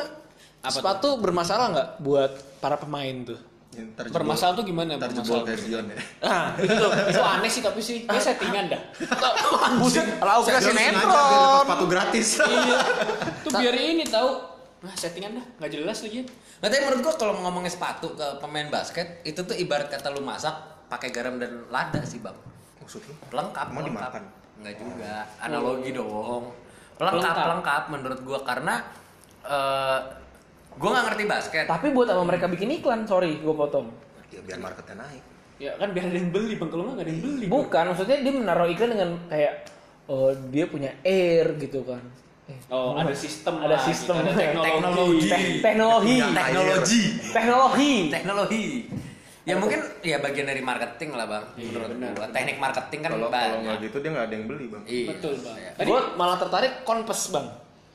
Speaker 1: sepatu bermasalah nggak buat para pemain tuh?
Speaker 4: Ya, ntar jebol-
Speaker 5: Bermasalah tuh gimana?
Speaker 4: Ntar jebol
Speaker 5: Bermasalah.
Speaker 4: kayak Zion ya.
Speaker 1: Nah,
Speaker 5: Itu, itu aneh sih tapi sih. Dia settingan dah. Eh,
Speaker 1: buset, lauk
Speaker 4: Zion
Speaker 1: kasih
Speaker 4: sengaja biar dapat
Speaker 1: netron.
Speaker 4: Sepatu gratis.
Speaker 5: Iya. Tuh biar ini tahu. Nah, settingan dah, nggak jelas lagi.
Speaker 3: Nah, tapi menurut gua kalau ngomongin sepatu ke pemain basket itu tuh ibarat kata lu masak pakai garam dan lada sih bang.
Speaker 4: Maksud lu?
Speaker 3: Lengkap,
Speaker 4: Emang
Speaker 3: lengkap.
Speaker 4: dimakan?
Speaker 3: Nggak juga, analogi dong. Lengkap,
Speaker 5: Lengkap.
Speaker 3: lengkap, menurut gua karena eh gua nggak ngerti basket.
Speaker 1: Tapi buat apa mereka bikin iklan? Sorry, gue potong.
Speaker 4: Ya biar marketnya naik.
Speaker 5: Ya kan biar ada yang beli, Bang. Kalau nggak ada yang beli.
Speaker 1: Bukan, maksudnya dia menaruh iklan dengan kayak oh, dia punya air gitu kan. Eh,
Speaker 5: Oh, ada sistem
Speaker 1: ada
Speaker 5: lah,
Speaker 1: sistem
Speaker 5: gitu. ada
Speaker 3: Teknologi.
Speaker 5: teknologi.
Speaker 1: Te- teknologi.
Speaker 4: Yang air.
Speaker 3: Teknologi.
Speaker 1: Teknologi.
Speaker 3: Teknologi. Ya mungkin ya bagian dari marketing lah bang. menurut gua teknik marketing kan
Speaker 4: Kalau kalau nggak
Speaker 3: banyak.
Speaker 4: gitu dia nggak ada yang beli bang.
Speaker 3: Iya.
Speaker 5: Betul, Bang. Tadi
Speaker 1: Gue malah tertarik Konpes, Bang.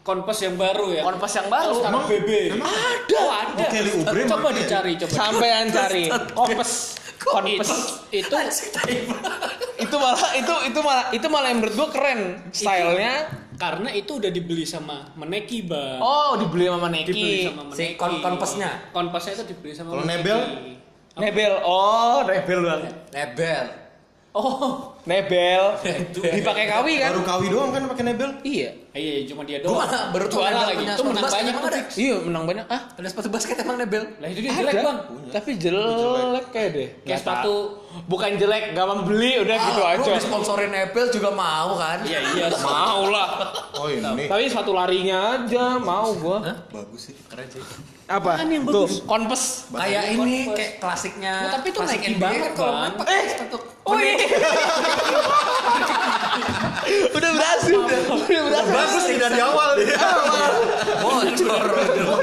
Speaker 5: Kompas yang baru ya.
Speaker 1: Konpes yang baru.
Speaker 5: Terus sama BB. ada. Oh, ada.
Speaker 4: Kelly Oubre
Speaker 5: coba
Speaker 4: pakai.
Speaker 5: dicari, coba.
Speaker 1: Sampean cari Konpes. Konpes.
Speaker 5: Itu
Speaker 1: itu malah itu itu malah itu malah yang menurut gue keren stylenya
Speaker 5: karena itu udah dibeli sama Meneki, Bang.
Speaker 1: oh dibeli sama
Speaker 5: dibeli
Speaker 1: Neki
Speaker 5: sama Meneki.
Speaker 3: Si kon- konpesnya?
Speaker 5: Konpesnya itu dibeli sama
Speaker 4: Kalau
Speaker 5: Meneki.
Speaker 4: Nebel?
Speaker 1: Nebel oh Nebel bang
Speaker 3: Nebel.
Speaker 5: Oh,
Speaker 1: Nebel
Speaker 5: Itu.
Speaker 1: dipakai kawi kan
Speaker 4: Baru kawi doang kan pakai nebel.
Speaker 1: iya
Speaker 5: iya, cuma dia
Speaker 3: Gua
Speaker 5: doang.
Speaker 3: malah baru tahu
Speaker 5: Juara
Speaker 3: Nebel
Speaker 5: lagi.
Speaker 3: punya
Speaker 5: Itu menang
Speaker 3: sepatu basket,
Speaker 5: banyak
Speaker 3: emang
Speaker 5: tuh.
Speaker 3: ada?
Speaker 1: iya menang banyak ah
Speaker 3: Ada sepatu basket emang Nebel.
Speaker 5: Lah itu dia jelek,
Speaker 1: Ada.
Speaker 5: Bang.
Speaker 1: tapi jelek kayak deh
Speaker 5: Kayak sepatu
Speaker 1: bukan jelek gak membeli udah gitu
Speaker 3: Ah,
Speaker 1: aja
Speaker 3: Lu disponsorin Apple juga mau kan?
Speaker 5: Iya, iya.
Speaker 1: mau lah
Speaker 4: Oh ini
Speaker 1: tapi sepatu larinya aja mau gue
Speaker 4: bagus sih.
Speaker 3: Keren sih.
Speaker 1: apa
Speaker 5: Apaan yang
Speaker 1: tuh
Speaker 5: bagus?
Speaker 1: Konpes
Speaker 3: kayak
Speaker 5: Bahkan
Speaker 3: ini
Speaker 5: Converse.
Speaker 3: kayak klasiknya.
Speaker 5: Nah, tapi itu
Speaker 3: klasik
Speaker 5: Nike
Speaker 3: NBA
Speaker 5: banget,
Speaker 3: kan kalau
Speaker 5: Bang.
Speaker 3: main pakai sepatu.
Speaker 1: Oh iya. udah berhasil, udah, udah berhasil.
Speaker 4: Bagus sih dari awal dia.
Speaker 3: Bocor.
Speaker 1: Oh.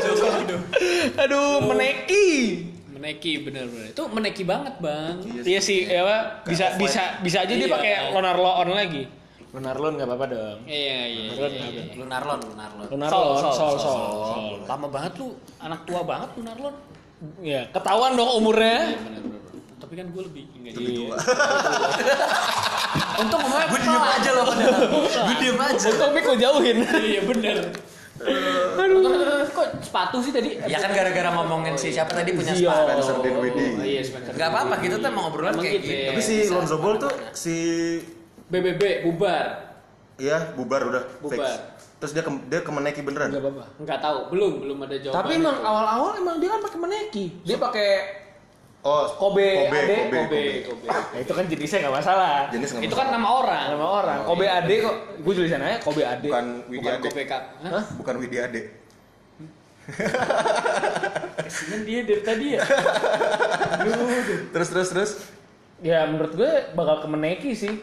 Speaker 1: Aduh, meneki.
Speaker 5: Neki bener-bener. Itu meneki banget bang.
Speaker 1: Iya sih, ya Pak. bisa bisa bisa aja dia
Speaker 5: Iya.
Speaker 1: pakai lonar lo on lagi. Lonar loan nggak apa-apa dong.
Speaker 5: Iya iya.
Speaker 1: Lonar
Speaker 5: iya.
Speaker 1: loan nggak apa-apa.
Speaker 3: Lunarlon, Lunarlon.
Speaker 1: Lonar
Speaker 5: Sol,
Speaker 1: loan,
Speaker 5: sol,
Speaker 1: sol
Speaker 5: sol,
Speaker 1: sol.
Speaker 5: Lama banget lu, anak tua banget lu Narlon.
Speaker 1: Ya, ketahuan dong umurnya.
Speaker 5: Tapi kan gue lebih enggak
Speaker 4: Lebih tua.
Speaker 5: Untung ngomongnya
Speaker 3: Gue diem aja loh padahal. Gue diem aja.
Speaker 1: Untung Mik lo jauhin. Eh,
Speaker 5: Iya bener. Aduh, kok sepatu sih tadi?
Speaker 3: Ya kan gara-gara ngomongin si siapa tadi punya
Speaker 1: Zion.
Speaker 3: spa.
Speaker 4: Spencer Dinwiddie.
Speaker 5: Oh, iya, Spencer.
Speaker 3: Gak apa-apa, kita tuh emang obrolan
Speaker 5: Emang
Speaker 3: kayak
Speaker 5: gitu
Speaker 3: gitu.
Speaker 5: ya.
Speaker 4: Tapi si Lonzo Ball tuh si
Speaker 5: BBB bubar.
Speaker 4: ya bubar udah
Speaker 5: Bubar.
Speaker 4: fix. Terus dia ke, dia ke Meneki beneran.
Speaker 1: Nggak apa-apa.
Speaker 5: Enggak tahu, belum belum ada jawaban.
Speaker 1: Tapi emang awal-awal emang dia kan pakai meneki. Dia pakai
Speaker 4: Oh,
Speaker 1: Kobe
Speaker 4: Kobe,
Speaker 1: AD.
Speaker 4: Kobe,
Speaker 5: Kobe,
Speaker 4: Kobe.
Speaker 5: Kobe.
Speaker 1: Nah, itu kan jenisnya nggak masalah.
Speaker 4: Jenis nggak
Speaker 5: Itu kan nama orang.
Speaker 1: Nama orang. Iya. Kobe AD kok. Gue tulisan aja ya, Kobe AD.
Speaker 4: bukan Widi
Speaker 5: Bukan
Speaker 4: Ade.
Speaker 5: Kobe Cup. Hah?
Speaker 4: Bukan Widi Ade.
Speaker 1: Kan
Speaker 5: Kasihan dia dari tadi ya.
Speaker 4: Terus terus terus.
Speaker 1: Ya menurut gue bakal ke meneki sih.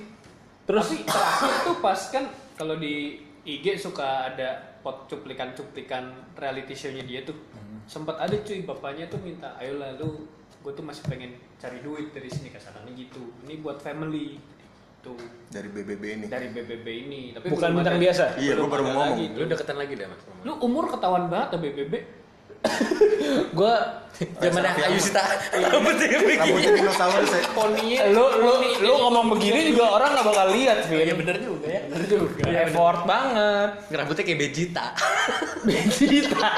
Speaker 1: Terus
Speaker 5: Tapi terakhir tuh pas kan kalau di IG suka ada pot cuplikan-cuplikan reality show-nya dia tuh.
Speaker 1: Hmm.
Speaker 5: Sempat ada cuy bapaknya tuh minta, "Ayolah lu, gue tuh masih pengen cari duit dari sini kasarannya gitu. Ini buat family." Tuh
Speaker 4: Dari BBB ini.
Speaker 5: dari BBB ini. Tapi
Speaker 1: bukan
Speaker 5: belum
Speaker 1: bintang
Speaker 5: ada-
Speaker 1: biasa.
Speaker 4: Iya, gua
Speaker 5: belum
Speaker 4: baru
Speaker 5: ada
Speaker 4: mau ngomong.
Speaker 5: lagi.
Speaker 3: Lu deketan lagi deh, Mas.
Speaker 5: Lu umur ketahuan banget ya BBB.
Speaker 1: Gue
Speaker 3: Zaman Ayu Sita. Rambutnya begini.
Speaker 4: Rambutnya dinosaurus ya.
Speaker 5: Poninya
Speaker 1: lu lu lu ngomong begini juga orang nggak bakal lihat, Vin.
Speaker 3: Iya,
Speaker 5: ya bener juga ya. Bener
Speaker 1: Iya,
Speaker 5: juga.
Speaker 1: Effort banget.
Speaker 3: Rambutnya kayak Vegeta.
Speaker 1: Vegeta,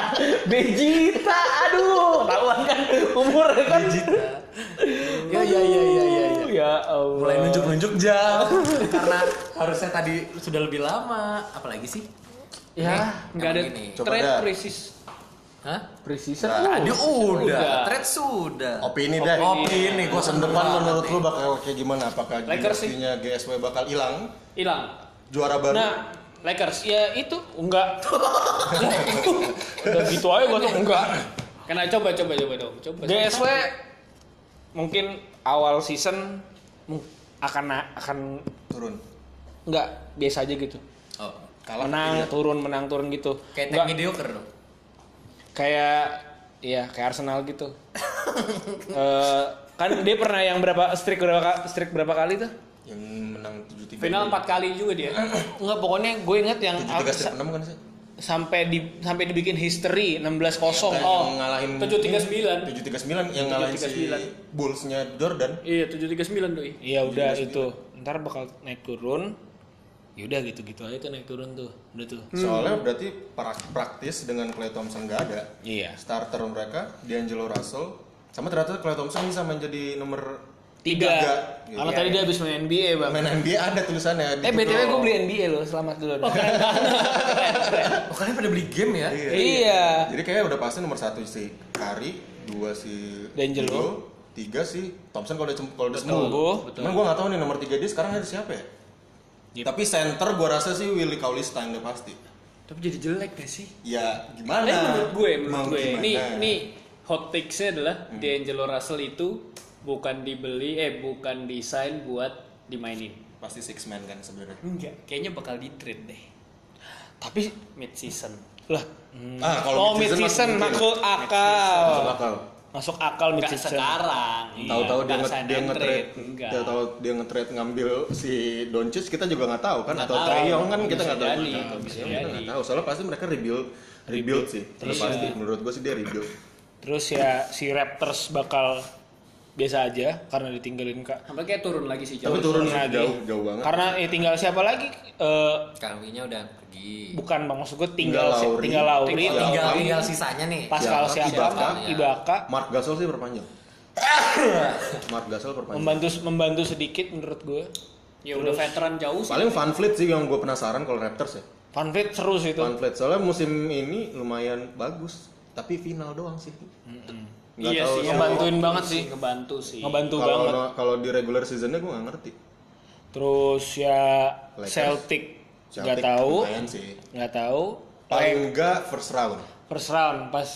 Speaker 1: Vegeta, aduh, ketahuan kan umurnya kan. Iya,
Speaker 3: Ya ya ya ya ya. ya.
Speaker 1: Aduh, Ya Allah.
Speaker 3: Mulai nunjuk-nunjuk jam karena harusnya tadi sudah lebih lama. Apalagi sih?
Speaker 1: Ya,
Speaker 5: Enggak ada
Speaker 3: Emang gini.
Speaker 4: Coba
Speaker 5: trade
Speaker 4: dah.
Speaker 5: krisis.
Speaker 3: Hah?
Speaker 1: precision.
Speaker 4: Nah,
Speaker 1: lu.
Speaker 3: Dia udah,
Speaker 5: Udah.
Speaker 3: thread sudah.
Speaker 4: Opini deh.
Speaker 3: Opini gua
Speaker 4: Musim depan menurut lu bakal kayak gimana? Apakah
Speaker 5: Lakers sih.
Speaker 4: dinastinya GSW bakal hilang?
Speaker 5: Hilang.
Speaker 4: Juara baru?
Speaker 1: Nah,
Speaker 5: Lakers.
Speaker 1: ya itu enggak. Udah gitu aja gua tuh enggak.
Speaker 5: Karena Kan coba coba coba dong. Coba.
Speaker 1: GSW mungkin awal season mung- akan na- akan
Speaker 4: turun.
Speaker 1: enggak biasa aja gitu.
Speaker 3: Oh,
Speaker 4: Kalah
Speaker 1: menang turun menang turun gitu.
Speaker 3: kayak tag
Speaker 1: Nggak-
Speaker 3: mediocre dong.
Speaker 1: kayak ya kayak Arsenal gitu. Eh, kan dia pernah yang berapa streak berapa ka- streak berapa kali tuh?
Speaker 4: yang menang 73.
Speaker 5: Final 4 kali juga dia.
Speaker 1: Enggak pokoknya gue inget yang sa-
Speaker 4: 73 strip 6 kan sih?
Speaker 1: sampai di sampai dibikin history 16-0.
Speaker 4: Yang
Speaker 1: Oh,
Speaker 4: ngalahin
Speaker 5: 739.
Speaker 4: 739 yang ngalahin si
Speaker 5: 739.
Speaker 4: Bulls-nya Jordan.
Speaker 5: Iya, 739 doi.
Speaker 1: iya udah itu. Ntar bakal naik turun. Ya udah gitu-gitu aja tuh naik turun tuh. Udah tuh.
Speaker 4: Soalnya berarti pra- praktis dengan Clay Thompson nggak ada.
Speaker 1: Iya.
Speaker 4: Starter mereka D'Angelo Russell sama ternyata Clay Thompson bisa menjadi nomor
Speaker 1: Tiga.
Speaker 4: Tiga. gitu.
Speaker 1: Kalau
Speaker 4: Iya,
Speaker 1: tadi dia habis main NBA, Bang.
Speaker 4: pemain NBA ada tulisannya di
Speaker 1: Eh,
Speaker 4: situ.
Speaker 1: BTW gue beli NBA loh, selamat dulu.
Speaker 3: Oh, kalian pada beli game ya?
Speaker 4: Iya.
Speaker 1: iya.
Speaker 4: Jadi kayaknya udah pasti nomor satu si Kari, dua si
Speaker 1: D'Angelo.
Speaker 4: D'Lo, tiga si Thompson kalau udah cem- kalau udah sembuh.
Speaker 1: Tunggu.
Speaker 4: Cuman gue nggak tahu nih nomor tiga dia sekarang ada siapa ya. Tapi center gue rasa sih Willy Cauley-Stein udah pasti.
Speaker 5: Tapi jadi jelek gak sih?
Speaker 4: Ya gimana?
Speaker 5: Tapi Nah, menurut gue, menurut
Speaker 4: Mau
Speaker 5: gue.
Speaker 4: gimana? Hmm.
Speaker 5: Nih, nih hot takes-nya adalah D'Angelo Russell itu bukan dibeli eh bukan desain buat dimainin.
Speaker 4: pasti six man kan sebenarnya.
Speaker 5: Enggak, kayaknya bakal di trade deh
Speaker 1: Tapi
Speaker 5: mid season.
Speaker 1: lah.
Speaker 4: Ah,
Speaker 1: oh, mid season
Speaker 4: masuk
Speaker 1: masuk akal.
Speaker 4: akal.
Speaker 1: Masuk akal mid
Speaker 5: Enggak
Speaker 1: season.
Speaker 5: sekarang.
Speaker 4: Tahu-tahu
Speaker 5: Iya,
Speaker 4: dia
Speaker 5: nggak
Speaker 4: nge
Speaker 5: sign
Speaker 4: dia
Speaker 5: and
Speaker 4: nge-trade,
Speaker 5: trade. Enggak.
Speaker 4: dia tahu dia nge-trade ngambil si Doncic kita juga nggak tahu kan
Speaker 5: Nggak
Speaker 4: atau
Speaker 5: tahu.
Speaker 4: Trae Young kan kita
Speaker 5: Bisa
Speaker 4: nggak tahu
Speaker 5: jadi,
Speaker 4: juga. Trae
Speaker 5: bisa
Speaker 4: Young kita
Speaker 5: jadi. Iya.
Speaker 4: nggak tahu. Soalnya pasti mereka rebuild rebuild sih. Terus pasti menurut gue sih dia rebuild.
Speaker 1: Terus ya si Raptors bakal biasa aja karena ditinggalin Kak.
Speaker 5: Sampai kayak turun lagi Iya, sih
Speaker 4: Tapi
Speaker 5: jauh.
Speaker 4: turun sih,
Speaker 1: lagi.
Speaker 4: jauh jauh banget.
Speaker 1: Karena ya, tinggal siapa lagi? Eh,
Speaker 3: Kalwinya udah pergi.
Speaker 1: bukan bang maksud gue tinggal
Speaker 4: Tinggal
Speaker 1: si-
Speaker 4: Lauri.
Speaker 1: tinggal Lauri,
Speaker 4: Tinggal-
Speaker 1: tinggal
Speaker 3: Oh, Tinggal tinggal sisanya nih.
Speaker 1: Pascal
Speaker 4: Ibaka.
Speaker 1: siapa? Ibaka,
Speaker 4: Mark Gasol sih perpanjang. Mark Gasol perpanjang.
Speaker 1: membantu membantu sedikit menurut gue.
Speaker 5: Ya udah veteran jauh sih.
Speaker 4: Paling Van Fleet sih yang gue penasaran kalau Raptors ya.
Speaker 1: Van Vliet seru sih itu.
Speaker 4: Van Fleet soalnya musim ini lumayan bagus, tapi final doang sih. Nggak
Speaker 5: Iya
Speaker 4: tahu
Speaker 5: sih,
Speaker 4: sih.
Speaker 1: Ngebantuin banget sih,
Speaker 5: Ngebantu sih.
Speaker 1: ngebantu
Speaker 4: Kalau
Speaker 1: banget.
Speaker 4: kalau di regular seasonnya gue nggak ngerti.
Speaker 1: Terus ya
Speaker 4: Lakers.
Speaker 1: Celtic nggak
Speaker 4: Celtic
Speaker 1: tahu,
Speaker 4: lumayan sih.
Speaker 1: nggak tahu.
Speaker 4: Paling enggak first round.
Speaker 1: First round pas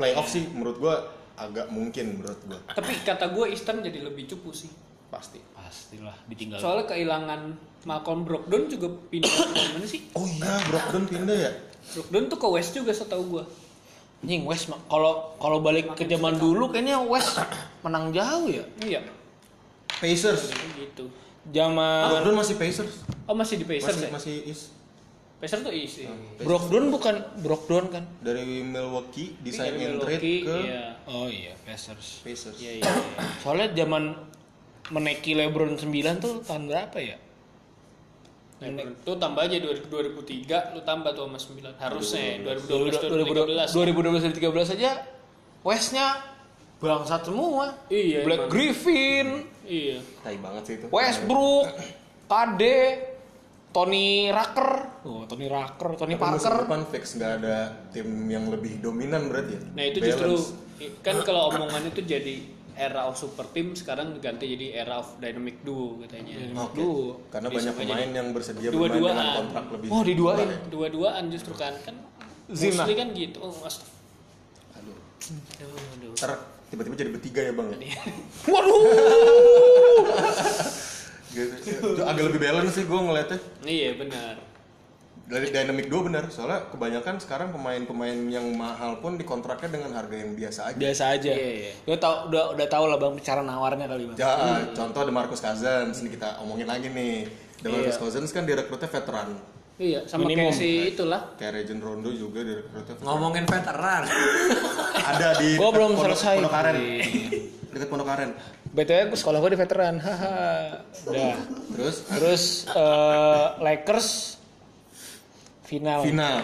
Speaker 4: Playoff sih menurut gue agak mungkin menurut gue
Speaker 5: Tapi kata gue Eastern jadi lebih cupu sih.
Speaker 4: pasti.
Speaker 1: pastilah ditinggal.
Speaker 5: Soalnya kehilangan Malcolm Brogdon juga pindah ke mana sih?
Speaker 4: Oh iya, Brogdon pindah ya?
Speaker 5: Brogdon tuh ke West juga setahu gue.
Speaker 1: Anjing West ma- kalau kalau balik ke zaman dulu kayaknya West menang jauh ya.
Speaker 5: Iya,
Speaker 4: Pacers.
Speaker 5: gitu.
Speaker 1: Zaman
Speaker 4: Brooklyn masih Pacers.
Speaker 5: Oh masih di Pacers
Speaker 4: Masih
Speaker 5: ya?
Speaker 4: masih East.
Speaker 5: Pacers tuh isi.
Speaker 1: Brogdon bukan Brogdon kan?
Speaker 4: Dari Milwaukee design
Speaker 5: Dari
Speaker 4: and trade
Speaker 5: Milwaukee,
Speaker 4: ke
Speaker 5: iya.
Speaker 1: Oh iya, Pacers.
Speaker 4: Pacers.
Speaker 5: Iya, iya.
Speaker 1: Soalnya zaman meneki LeBron 9 tuh tahun berapa ya?
Speaker 5: Lebron. Tuh tambah aja 2003 lu tambah tuh sama 9 harusnya ya, 2012
Speaker 1: 2012
Speaker 5: 2013.
Speaker 1: 2013 aja Westnya bangsat semua.
Speaker 5: Iya,
Speaker 1: Black
Speaker 5: emang.
Speaker 1: Griffin,
Speaker 5: Iya.
Speaker 4: Tai banget sih itu.
Speaker 1: Westbrook, KD, Tony Rucker. Oh, Tony Rucker, Tony
Speaker 4: Tapi musim
Speaker 1: Parker.
Speaker 4: depan fix nggak ada tim yang lebih dominan berarti ya.
Speaker 5: Nah, itu justru
Speaker 4: Balance.
Speaker 5: kan kalau omongannya tuh jadi era of super team sekarang diganti jadi era of dynamic duo katanya.
Speaker 4: Oke.
Speaker 1: Duo.
Speaker 4: Karena banyak pemain yang bersedia bermain
Speaker 5: Dua-duaan.
Speaker 4: dengan kontrak lebih.
Speaker 1: Oh, diduain.
Speaker 4: murah ya.
Speaker 5: Dua-duaan justru kan kan
Speaker 1: Zima.
Speaker 5: mostly kan gitu. Oh, astaga.
Speaker 4: Aduh.
Speaker 5: Aduh, aduh.
Speaker 4: Ntar tiba-tiba jadi bertiga ya bang ya.
Speaker 5: Iya.
Speaker 1: Waduh.
Speaker 4: Gitu. Itu agak lebih balance sih gue ngeliatnya.
Speaker 5: Iya, benar.
Speaker 4: Dari dynamic duo bener. Soalnya kebanyakan sekarang pemain-pemain yang mahal pun dikontraknya dengan harga yang biasa aja.
Speaker 1: Biasa aja.
Speaker 5: Iya, iya.
Speaker 1: Lu tau, udah udah tau lah bang cara nawarnya kali bang.
Speaker 4: Ja, Contoh ada Marcus Cousins ini kita omongin lagi nih. The Marcus Cousins kan direkrutnya veteran.
Speaker 5: Iya, sama
Speaker 1: Minimum.
Speaker 5: kayak si itulah.
Speaker 4: Kayak Regen Rondo juga direkrutnya veteran.
Speaker 3: Ngomongin veteran.
Speaker 4: Ada di
Speaker 1: Gua belum
Speaker 4: Pondok-
Speaker 1: selesai.
Speaker 4: Pondok Aren. Dekat Pondok Aren.
Speaker 1: BTW aku sekolah gue di veteran. Haha. Udah.
Speaker 4: Terus
Speaker 1: Terus eh, Lakers final.
Speaker 4: final.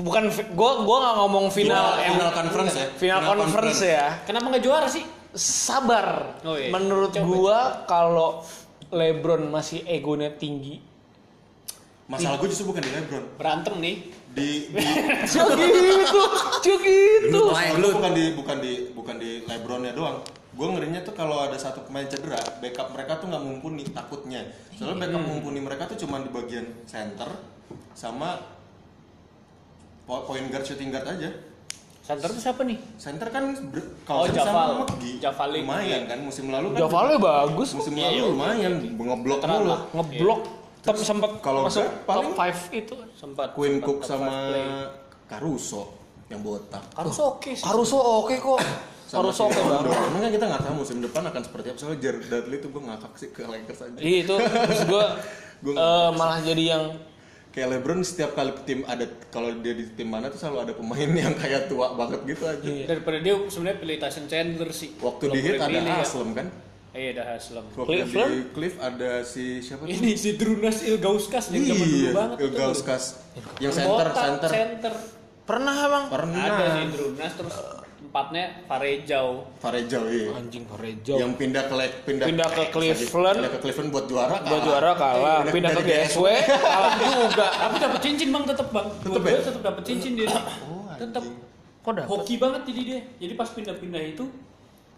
Speaker 1: Bukan fi- gua gua nggak ngomong final.
Speaker 4: Final,
Speaker 1: em-
Speaker 4: conference ya.
Speaker 1: final, conference, ya.
Speaker 5: Kenapa nggak juara sih?
Speaker 1: Sabar.
Speaker 5: Oh, iya.
Speaker 1: Menurut gua kalau LeBron masih egonya tinggi.
Speaker 4: Masalah gue justru bukan di LeBron.
Speaker 5: Berantem nih.
Speaker 4: Di di
Speaker 1: Cuk gitu, cuk gitu.
Speaker 4: masalah gue bukan di bukan di bukan di LeBronnya doang. Gue ngerinya tuh kalau ada satu pemain cedera, backup mereka tuh nggak mumpuni takutnya. Soalnya backup mumpuni mereka tuh cuma di bagian center sama po- point guard shooting guard aja.
Speaker 5: Center tuh siapa nih?
Speaker 4: Center kan ber- kalau
Speaker 5: Oh, Jafal.
Speaker 4: sama McGee,
Speaker 5: Jafal League.
Speaker 4: lumayan kan musim lalu kan.
Speaker 1: Javale bagus.
Speaker 4: Musim
Speaker 5: Iya,
Speaker 4: lalu
Speaker 5: iya.
Speaker 4: lumayan ngeblok
Speaker 5: Terang
Speaker 4: mulu.
Speaker 5: lah.
Speaker 1: ngeblok tapi sempat
Speaker 4: iya. kalau
Speaker 1: masuk
Speaker 4: enggak,
Speaker 1: top
Speaker 4: paling-
Speaker 1: 5 itu
Speaker 5: Sempat.
Speaker 4: Queen
Speaker 5: sempat
Speaker 4: Cook
Speaker 5: top
Speaker 4: sama
Speaker 5: five play. Ah,
Speaker 4: Caruso yang botak.
Speaker 5: Harus oke sih.
Speaker 1: Caruso oke kok
Speaker 4: Sama
Speaker 1: Caruso oke
Speaker 4: si
Speaker 1: banget
Speaker 4: Rondo. Emang kan kita nggak tahu musim depan akan seperti apa. Soalnya Jared Dudley tuh gue ngakak sih ke Lakers aja.
Speaker 1: Iya itu terus gue
Speaker 4: Gua
Speaker 1: malah jadi yang
Speaker 4: Kayak LeBron setiap kali tim ada kalau dia di tim mana tuh selalu ada pemain yang kayak tua banget gitu aja.
Speaker 1: Iya.
Speaker 5: Daripada dia sebenarnya pilih Tyson Chandler sih.
Speaker 4: Waktu
Speaker 5: Kalau
Speaker 4: di Heat
Speaker 5: boleh
Speaker 4: ada
Speaker 5: pilih ya.
Speaker 4: Haslem kan.
Speaker 5: Iya, ada Haslam.
Speaker 4: Waktu
Speaker 1: Cleveland?
Speaker 4: di Cliff ada si siapa tuh?
Speaker 5: Ini si Drunas Ilgauskas yang zaman dulu banget. tuh.
Speaker 4: Iya, Ilgauskas. Yang center,
Speaker 5: Botak,
Speaker 4: center. Nah.
Speaker 5: center.
Speaker 1: pernah emang
Speaker 4: Pernah.
Speaker 5: Ada si Drunas terus empatnya Varejao.
Speaker 4: Varejao iya.
Speaker 1: anjing Parejo
Speaker 4: Yang pindah ke Le- pindah,
Speaker 1: Pindah ke
Speaker 4: eh,
Speaker 1: Cleveland.
Speaker 4: Pindah ke Cleveland buat juara.
Speaker 1: buat
Speaker 4: kalah. Iya,
Speaker 1: juara kalah
Speaker 4: Pindah-
Speaker 1: pindah ke
Speaker 4: pindah di
Speaker 1: DSW kalah juga
Speaker 5: Tapi dapat cincin bang tetep bang.
Speaker 4: Tetep
Speaker 5: Dua-dua
Speaker 4: ya?
Speaker 5: Tetep dapat cincin dia. tetep.
Speaker 1: kok dapet
Speaker 5: Hoki banget jadi dia. Jadi pas pindah-pindah itu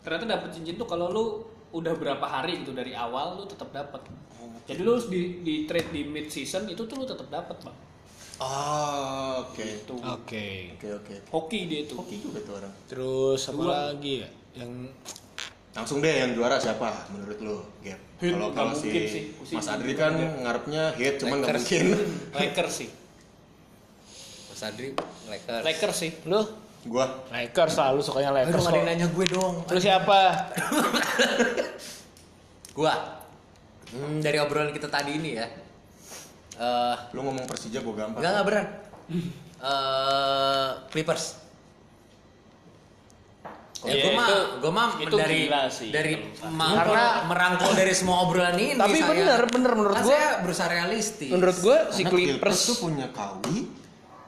Speaker 5: ternyata dapat cincin tuh kalau lu udah berapa hari gitu dari awal lu tetap dapat. Jadi lu harus di, di trade di mid season itu tuh lu tetap dapat bang.
Speaker 4: Ah, oke.
Speaker 5: Itu
Speaker 1: oke
Speaker 4: Oke, oke.
Speaker 5: hoki dia itu.
Speaker 4: Oke juga tuh orang.
Speaker 1: terus apa
Speaker 5: Dua.
Speaker 1: lagi ya yang
Speaker 4: Langsung deh yang juara siapa menurut lo? Gap.
Speaker 5: Hit,
Speaker 4: Kalau
Speaker 5: nggak
Speaker 4: kalau si
Speaker 5: mungkin sih. Mesti
Speaker 4: Mas
Speaker 5: Hit.
Speaker 4: Adri kan ngarepnya hit, cuman nggak
Speaker 3: Lakers.
Speaker 4: mungkin.
Speaker 5: Lakers sih.
Speaker 3: Mas Adri, Lakers.
Speaker 5: Lakers sih.
Speaker 1: lu
Speaker 4: Gua
Speaker 1: Lakers selalu sukanya
Speaker 3: Aduh,
Speaker 1: Lakers
Speaker 3: nggak ada yang
Speaker 1: kok.
Speaker 3: nanya gue dong.
Speaker 1: terus siapa
Speaker 3: Gua. Hmm, dari obrolan kita tadi ini ya. Eh,
Speaker 4: lu ngomong Persija gua gampang.
Speaker 3: enggak enggak beran. Eh, Clippers.
Speaker 5: Iya,
Speaker 3: Ya, gue mah,
Speaker 5: itu-
Speaker 3: gue mah
Speaker 5: itu
Speaker 3: dari
Speaker 5: gila sih.
Speaker 3: dari
Speaker 1: Karena-
Speaker 3: karena merangkul dari semua obrolan ini.
Speaker 1: Tapi
Speaker 3: Iya, saya-
Speaker 1: bener, bener menurut
Speaker 3: Kan
Speaker 1: gua-
Speaker 3: saya berusaha realistis.
Speaker 1: menurut gue si
Speaker 4: Karena
Speaker 1: Clippers
Speaker 4: tuh punya Kawi,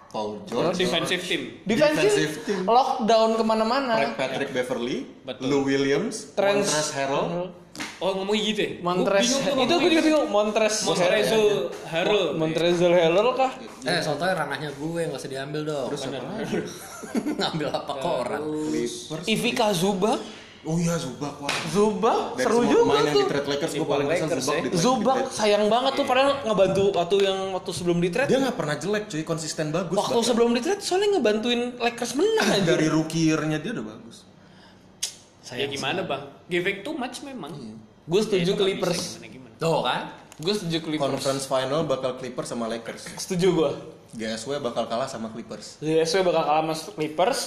Speaker 4: Paul George,
Speaker 5: Defensive team.
Speaker 4: defensive
Speaker 1: defensive
Speaker 4: team.
Speaker 1: lockdown kemana-mana
Speaker 4: Patrick, Patrick Beverly,
Speaker 5: Betul.
Speaker 4: Lou Williams,
Speaker 1: Trans-
Speaker 4: Montrezl Harrell,
Speaker 5: Oh ngomongnya gitu ya?
Speaker 1: Montres itu gue juga bingung Montres
Speaker 5: Montrezl Harrell.
Speaker 1: Montrezl Harrell kah
Speaker 3: Eh, soalnya ranahnya gue nggak usah diambil dong.
Speaker 4: terus siapa lagi?
Speaker 3: Ngambil apa kok orang?
Speaker 4: Clippers.
Speaker 1: Ivica Zubak
Speaker 4: Oh iya Zubak wah.
Speaker 1: Zubak
Speaker 4: Dari
Speaker 1: seru
Speaker 4: semua
Speaker 1: juga
Speaker 4: pemain yang
Speaker 1: tuh
Speaker 4: di trade Lakers gua paling
Speaker 3: Lakers
Speaker 4: kesel
Speaker 1: eh.
Speaker 4: Zubak
Speaker 3: ya.
Speaker 4: di trade.
Speaker 1: Zubak sayang banget tuh padahal ngebantu waktu yang waktu sebelum di trade
Speaker 4: Dia nggak pernah jelek cuy, konsisten bagus.
Speaker 1: waktu
Speaker 4: bahkan.
Speaker 1: sebelum di trade soalnya ngebantuin Lakers menang aja
Speaker 4: dari rookie year-nya dia udah bagus.
Speaker 5: Ya gimana bang? Giving too much memang.
Speaker 1: gue setuju
Speaker 5: Itu nggak
Speaker 1: Iya. Clippers
Speaker 5: bisa Gimana, gimana.
Speaker 3: Tuh kan?
Speaker 1: gue setuju Clippers
Speaker 4: Conference final bakal Clippers sama Lakers.
Speaker 1: setuju gue
Speaker 4: GSW bakal kalah sama Clippers.
Speaker 1: GSW bakal kalah sama Clippers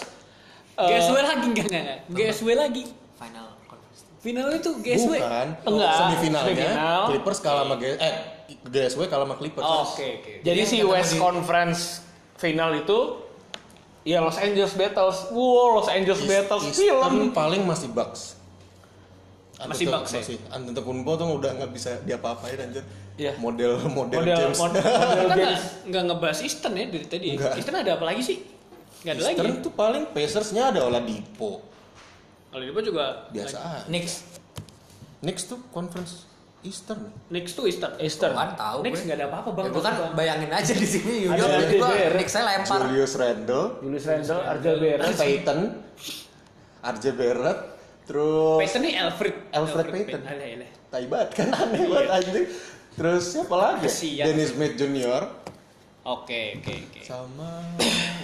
Speaker 1: Eh,
Speaker 2: GSW lagi enggak enggak enggak. GSW lagi.
Speaker 3: Final conference.
Speaker 2: Finalnya tuh GSW.
Speaker 4: Bukan.
Speaker 1: Enggak,
Speaker 4: Semifinalnya
Speaker 1: semifinal. Oh,
Speaker 4: Clippers kalah sama G- eh GSW kalah sama Clippers.
Speaker 5: Oke oke.
Speaker 1: Jadi si West Conference final itu ya Los Angeles Battles. Wow, Los Angeles
Speaker 4: East-
Speaker 1: Battles
Speaker 4: Eastern
Speaker 1: film.
Speaker 4: paling masih Bucks.
Speaker 5: Masih
Speaker 4: Antetokounmpo-
Speaker 5: Bucks ya?
Speaker 4: Masih. Antetokounmpo tuh udah nggak bisa diapa-apain anjir.
Speaker 1: Iya.
Speaker 4: Model model,
Speaker 1: Model
Speaker 4: James.
Speaker 1: model, model
Speaker 5: Kita nggak
Speaker 1: James.
Speaker 5: nggak ngebahas Eastern ya dari tadi.
Speaker 4: Nggak.
Speaker 5: Eastern ada apa lagi sih? Nggak ada
Speaker 4: Eastern
Speaker 5: lagi.
Speaker 4: tuh paling Pacersnya ada Oladipo.
Speaker 5: Kalau di depan juga
Speaker 4: Biasa aja.
Speaker 3: Knicks.
Speaker 4: Next tuh conference Eastern.
Speaker 5: Next tuh Eastern.
Speaker 1: Eastern.
Speaker 3: Kan tahu.
Speaker 5: Next
Speaker 3: gue.
Speaker 5: nggak ada apa-apa bang.
Speaker 3: Ya, gue kan bayangin aja di sini New
Speaker 1: Ada
Speaker 3: York.
Speaker 1: aja,
Speaker 3: Gue
Speaker 1: Jer.
Speaker 3: Knicks saya lempar.
Speaker 4: Julius Randle,
Speaker 1: Julius Randle, Arja Barrett,
Speaker 4: Peyton, RJ Barrett, terus
Speaker 5: Peyton nih Alfred. Iya,
Speaker 4: Alfred Payton.
Speaker 5: Alah, alah.
Speaker 4: Taibat kan
Speaker 3: Iya.
Speaker 4: aneh banget anjing. Terus siapa lagi?
Speaker 5: Kesian.
Speaker 4: Dennis Smith Junior
Speaker 5: Oke oke oke.
Speaker 3: Iya.
Speaker 4: sama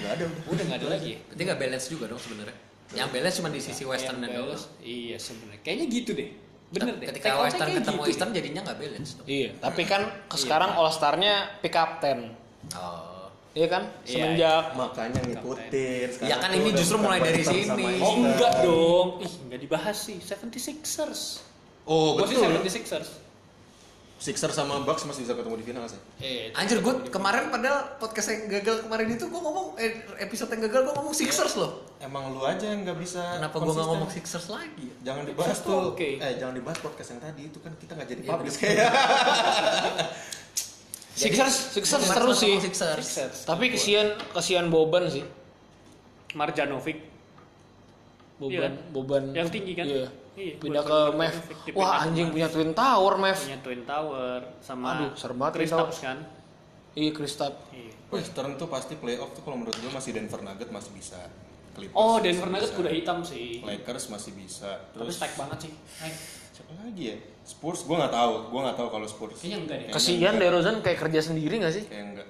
Speaker 4: nggak ada udah.
Speaker 5: Udah nggak ada lagi. ya?
Speaker 3: Berarti nggak balance juga dong sebenarnya. Yang balance cuma di sisi Western dan
Speaker 5: Yang
Speaker 3: Dallas.
Speaker 5: Dallas. Iya sebenarnya. Kayaknya gitu deh. Bener deh.
Speaker 3: Ketika
Speaker 5: Teknologi
Speaker 3: Western
Speaker 5: kayak
Speaker 3: ketemu
Speaker 5: gitu.
Speaker 3: Eastern jadinya nggak balance dong.
Speaker 1: Iya, tapi kan ke sekarang All Star-nya pick up 10.
Speaker 3: Oh.
Speaker 1: Iya kan?
Speaker 5: Iya,
Speaker 1: Semenjak
Speaker 4: Makanya ngikutin.
Speaker 3: Ya kan ini justru mulai dari sini.
Speaker 5: Oh enggak dong. Ih, enggak dibahas sih. 76ers.
Speaker 4: Oh
Speaker 5: Gue sih
Speaker 4: betul.
Speaker 5: 76ers.
Speaker 4: Sixer sama Bucks masih bisa ketemu di final sih.
Speaker 5: Eh,
Speaker 3: Anjir gue kemarin padahal podcast yang gagal kemarin itu gue ngomong eh, episode yang gagal gue ngomong Sixers loh.
Speaker 4: Emang lu aja yang nggak bisa.
Speaker 3: Kenapa gue nggak
Speaker 4: konsisten.
Speaker 3: ngomong Sixers lagi? ya?
Speaker 4: Jangan dibahas
Speaker 5: Sixers tuh
Speaker 4: tuh.
Speaker 5: oke.
Speaker 4: Eh jangan dibahas podcast yang tadi itu kan kita nggak jadi
Speaker 3: Iya,
Speaker 4: publish kayak.
Speaker 1: Sixers, Sixers
Speaker 3: Kemarin
Speaker 1: seru
Speaker 3: cuma
Speaker 1: sih.
Speaker 3: ngomong Sixers.
Speaker 5: Sixers.
Speaker 1: Tapi kesian kesian Boban sih.
Speaker 5: Marjanovic Iya
Speaker 1: Boban,
Speaker 5: kan?
Speaker 1: Boban.
Speaker 5: Yang tinggi kan?
Speaker 1: Iya.
Speaker 5: Iya,
Speaker 1: Pindah
Speaker 5: buat
Speaker 1: ke
Speaker 5: Boban
Speaker 1: Mev.
Speaker 5: efektif
Speaker 1: Wah,
Speaker 5: pindah ke
Speaker 1: anjing
Speaker 5: Mavs.
Speaker 1: punya Twin Tower Mev.
Speaker 5: punya Twin Tower
Speaker 1: Aduh,
Speaker 5: sama
Speaker 1: serem banget Twin
Speaker 5: Kristaps
Speaker 1: Tower.
Speaker 5: kan.
Speaker 1: Iya, Kristap.
Speaker 5: Iya.
Speaker 4: Western tuh pasti playoff tuh kalau menurut gue masih Denver Nuggets masih bisa. Clippers
Speaker 5: Oh,
Speaker 4: masih
Speaker 5: Denver Nuggets
Speaker 4: bisa.
Speaker 5: udah hitam sih.
Speaker 4: Lakers masih bisa.
Speaker 5: Tapi
Speaker 4: Terus
Speaker 5: stack banget sih. Naik.
Speaker 4: siapa lagi ya? Spurs gue nggak tahu. Gue nggak tahu kalau Spurs.
Speaker 5: Kayaknya enggak deh.
Speaker 4: Kayaknya
Speaker 1: Kesian
Speaker 4: enggak.
Speaker 1: DeRozan kayak kerja sendiri gak sih?
Speaker 4: Kayak enggak.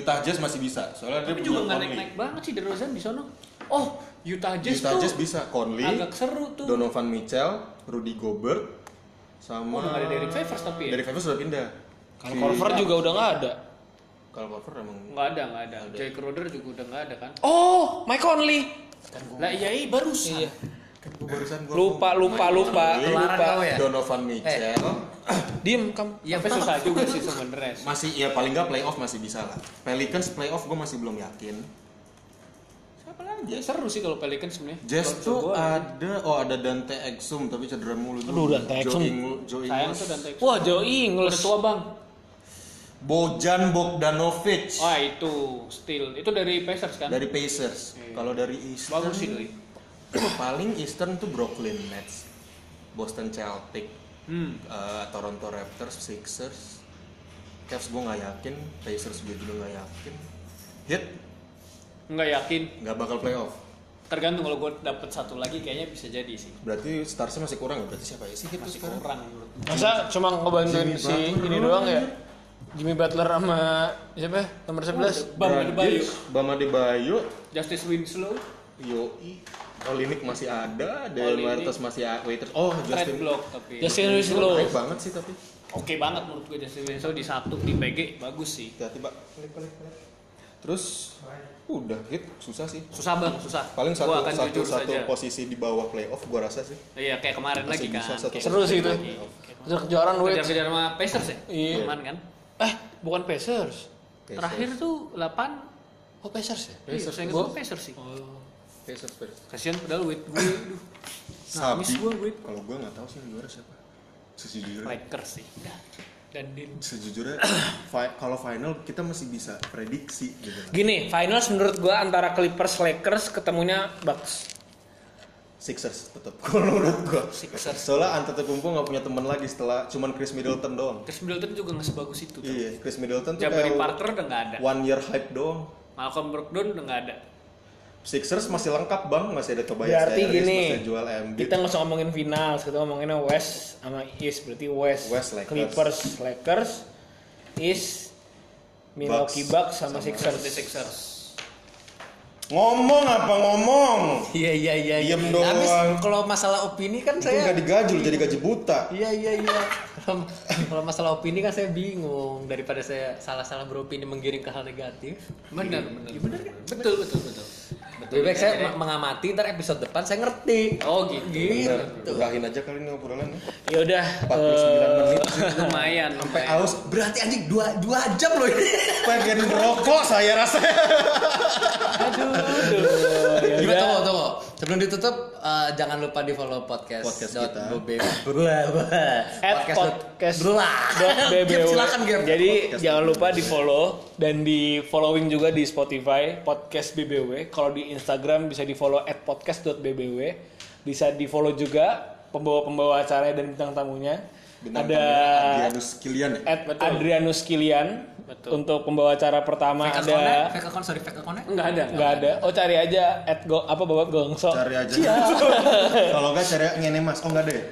Speaker 4: Utah Jazz masih bisa. Soalnya dia
Speaker 5: Tapi juga
Speaker 4: punya
Speaker 5: enggak
Speaker 4: Conley.
Speaker 5: naik-naik banget sih DeRozan di sono. Oh, Utah Jazz
Speaker 4: Utah
Speaker 5: tuh
Speaker 4: Jazz bisa. Conley,
Speaker 5: agak seru tuh.
Speaker 4: Donovan Mitchell, Rudy Gobert, sama.
Speaker 5: Oh, udah nggak ada Derrick Favors tapi ya?
Speaker 4: Derrick Favors sudah pindah.
Speaker 1: Kalau
Speaker 4: Si-
Speaker 1: Corver juga udah nggak ada.
Speaker 4: Kalau Corver emang.
Speaker 5: Nggak ada, nggak ada. Jay Crowder juga udah nggak ada kan?
Speaker 1: Oh, Mike Conley.
Speaker 5: Lah iya, iya barusan.
Speaker 1: Iya.
Speaker 4: Kan gua barusan gua
Speaker 1: Lupa, lupa, lupa,
Speaker 4: Conley,
Speaker 3: Kelaran
Speaker 1: lupa.
Speaker 3: kamu ya?
Speaker 5: Eh.
Speaker 4: Donovan Mitchell
Speaker 1: Diem kamu.
Speaker 5: Tapi Iya, susah juga sih sebenarnya.
Speaker 4: masih ya paling nggak playoff masih bisa lah. Pelicans playoff gue masih belum yakin.
Speaker 5: Siapa lagi? Ya, seru sih kalau Pelicans sebenarnya.
Speaker 4: Jazz tuh
Speaker 5: ya.
Speaker 4: ada oh ada Dante Exum tapi cedera mulu dulu.
Speaker 1: Aduh, Dante Exum.
Speaker 4: Joe Ingl- Joe
Speaker 5: Sayang
Speaker 4: Ingles.
Speaker 5: tuh Dante.
Speaker 1: Wah, Joe Ingles.
Speaker 5: Udah tua bang.
Speaker 4: Bojan Bogdanovic
Speaker 5: Wah Ah, itu still itu dari Pacers kan?
Speaker 4: dari Pacers. Kalau dari Eastern
Speaker 5: Bagus sih doi.
Speaker 4: paling Eastern tuh Brooklyn Nets, Boston Celtic,
Speaker 5: Hmm.
Speaker 4: eh, Toronto Raptors, Sixers. Cavs gue nggak yakin, Pacers gue juga nggak yakin. Hit
Speaker 5: Nggak yakin.
Speaker 4: nggak bakal playoff.
Speaker 5: Tergantung kalau gue dapet satu lagi kayaknya bisa jadi sih.
Speaker 4: Berarti Starsnya masih kurang ya? Berarti siapa ya sih Hit
Speaker 5: Masih
Speaker 4: sekarang?
Speaker 5: kurang menurut gue.
Speaker 1: Masa cuma ngebantuin
Speaker 4: Jimmy
Speaker 1: si
Speaker 4: Butler
Speaker 1: ini
Speaker 4: doang
Speaker 1: doang ya?
Speaker 4: aja.
Speaker 1: Jimmy Butler sama siapa? ya? Nomor 11.
Speaker 5: Bam Adebayo,
Speaker 4: Bama Debayo,
Speaker 5: Justice Winslow,
Speaker 4: Yoi, Olinik masih ada, Daryl
Speaker 5: Olinik.
Speaker 4: Martas masih ada, Waiters. Oh,
Speaker 5: Oh, Red
Speaker 4: Justin.
Speaker 5: Block tapi.
Speaker 1: Justin
Speaker 4: Winslow
Speaker 1: Winslow.
Speaker 4: Baik banget sih tapi.
Speaker 5: Oke banget menurut gue Justin Winslow di satu di PG bagus sih.
Speaker 4: Hati-hati, Pak. Pelik, pelik, pelik. Terus udah hit susah sih.
Speaker 5: Susah bang, susah.
Speaker 4: Paling satu
Speaker 5: Gua akan
Speaker 4: satu,
Speaker 5: jujur
Speaker 4: satu
Speaker 5: saja.
Speaker 4: posisi di bawah playoff gua rasa sih.
Speaker 5: Iya kayak kemarin lagi
Speaker 4: Masih
Speaker 5: kan.
Speaker 4: bisa satu
Speaker 5: Kayak
Speaker 1: Seru sih itu.
Speaker 5: lagi.
Speaker 1: Kejar-kejaran Wade.
Speaker 5: Kejar-kejar sama Pacers ya?
Speaker 1: Iya.
Speaker 5: Kemarin kan?
Speaker 1: Eh, bukan Pacers.
Speaker 4: Pacers.
Speaker 5: Terakhir tuh 8
Speaker 1: Oh, Pacers ya?
Speaker 5: Pacers, Iya, saya
Speaker 1: Gua- Oh.
Speaker 5: ingat Pacers sih.
Speaker 4: Pacers Pacers.
Speaker 5: Kasihan padahal wait gue, aduh.
Speaker 4: Sabi.
Speaker 5: Nangis gua, Wade.
Speaker 4: Kalau gua nggak tahu sih yang juara siapa. Sejujurnya.
Speaker 5: Lakers sih. Dan Din.
Speaker 4: Sejujurnya fi- kalau final kita masih bisa prediksi gitu.
Speaker 1: Gini, finals menurut gua antara Clippers Lakers ketemunya Bucks.
Speaker 4: Sixers tetap kalau menurut gua.
Speaker 5: Sixers.
Speaker 4: Soalnya Antetokounmpo nggak punya teman lagi setelah cuman Chris Middleton doang.
Speaker 5: Chris Middleton juga nggak sebagus itu. tau.
Speaker 4: Iya, Chris Middleton tuh kayak
Speaker 5: Jabari Parker udah nggak ada.
Speaker 4: one year hype doang.
Speaker 5: Malcolm Brogdon udah nggak ada.
Speaker 4: Sixers masih lengkap bang, masih ada Tobias
Speaker 1: Berarti
Speaker 4: Harris,
Speaker 1: gini,
Speaker 4: masih jual Embiid.
Speaker 1: kita nggak usah ngomongin final, kita ngomonginnya West sama East. Berarti West,
Speaker 4: West, Lakers.
Speaker 1: Clippers, Lakers, East, Milwaukee Bucks, sama, Sixers.
Speaker 5: Seperti Sixers.
Speaker 4: Ngomong apa ngomong?
Speaker 3: Iya iya iya. iya.
Speaker 4: Diem
Speaker 3: Nah, habis
Speaker 4: doang.
Speaker 3: kalau masalah opini kan
Speaker 4: Saya
Speaker 3: saya
Speaker 4: nggak digaji lu jadi gaji buta.
Speaker 3: Iya iya iya. Kalau- Kalau masalah opini kan saya bingung daripada saya salah-salah beropini menggiring ke hal negatif.
Speaker 5: Benar, benar. benar kan? Iya, Betul, betul, betul.
Speaker 3: Lebih baik saya me- mengamati ntar episode depan saya ngerti.
Speaker 5: Oh gitu.
Speaker 1: Iya,
Speaker 3: Gitu.
Speaker 4: Udahin aja kali ini obrolannya.
Speaker 1: ya udah Eh.
Speaker 4: 49 menit.
Speaker 5: Lumayan.
Speaker 4: Sampai aus.
Speaker 3: Berarti anjing 2 2 jam loh ini.
Speaker 4: Pengen rokok saya rasanya.
Speaker 1: Iya.
Speaker 3: Gimana tunggu tunggu. Sebelum ditutup eh, jangan lupa di follow podcast
Speaker 4: Podcast
Speaker 3: dot
Speaker 4: kita.
Speaker 3: bobe- blah, blah.
Speaker 1: at podcast
Speaker 3: dot- blah.
Speaker 1: dot
Speaker 3: Gap,
Speaker 1: BBW.
Speaker 3: silakan Gap.
Speaker 1: Jadi jangan lupa di follow dan di following juga di Spotify podcast BBW. Kalau di Instagram bisa di follow at podcast.bbw. Bisa di follow juga pembawa-pembawa acara dan bintang tamunya. Ada Eh,
Speaker 4: Adrianus Kilian ya.
Speaker 1: at Adrianus Kilian untuk pembawa acara pertama
Speaker 3: Fake
Speaker 1: ada
Speaker 3: account-nya, fake account, sorry, fake account-nya.
Speaker 5: Enggak ada.
Speaker 1: nggak ada. Oh cari aja at go, apa bapak gongso.
Speaker 4: Cari aja. Kalau enggak cari ngene mas. Oh enggak ada ya?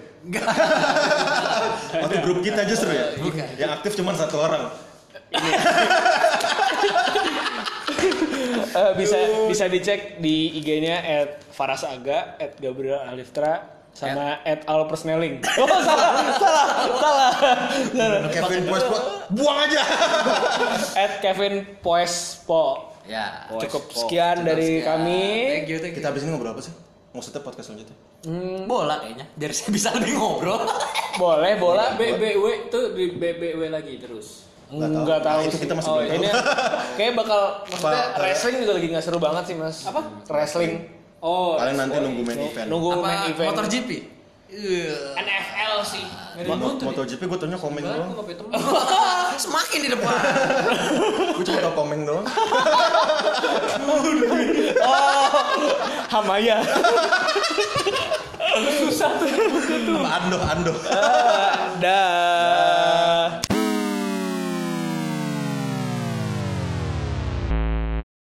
Speaker 4: Waktu grup kita justru ya?
Speaker 3: Bukan.
Speaker 4: Yang aktif cuma satu orang.
Speaker 1: Eh, bisa bisa dicek di IG-nya at Faras Aga, at Gabriel Aliftra, sama at, Al Persneling. Oh salah, salah, salah. Salah.
Speaker 4: Kevin Boys buang aja.
Speaker 1: at Kevin Poespo.
Speaker 3: Ya.
Speaker 1: Cukup sekian dari
Speaker 3: sekian.
Speaker 1: kami.
Speaker 3: Thank you, Iya, thank you.
Speaker 4: Kita habis ini ngobrol apa sih? Maksudnya podcast selanjutnya?
Speaker 3: bola kayaknya. Dari saya bisa lebih ngobrol.
Speaker 1: Boleh bola.
Speaker 5: BBW itu di BBW lagi terus.
Speaker 4: Nggak tahu.
Speaker 1: Nggak tahu
Speaker 4: Nah, itu
Speaker 1: sih.
Speaker 4: kita masih
Speaker 1: oh,
Speaker 4: belum
Speaker 1: ini kayak bakal maksudnya
Speaker 4: Apa, eh,
Speaker 1: wrestling juga lagi nggak seru banget sih mas. Apa? Wrestling.
Speaker 5: Oh.
Speaker 4: Paling nanti nunggu main event.
Speaker 1: Nunggu
Speaker 3: Apa
Speaker 1: main event.
Speaker 3: motor GP? Iya.
Speaker 5: NFL sih.
Speaker 4: Mo- MotoGP gue tanya komen doang.
Speaker 3: Semakin di depan.
Speaker 4: Gue cuma tau komen doang.
Speaker 1: Hamaya.
Speaker 4: Sama Ando, Ando.
Speaker 1: Dah.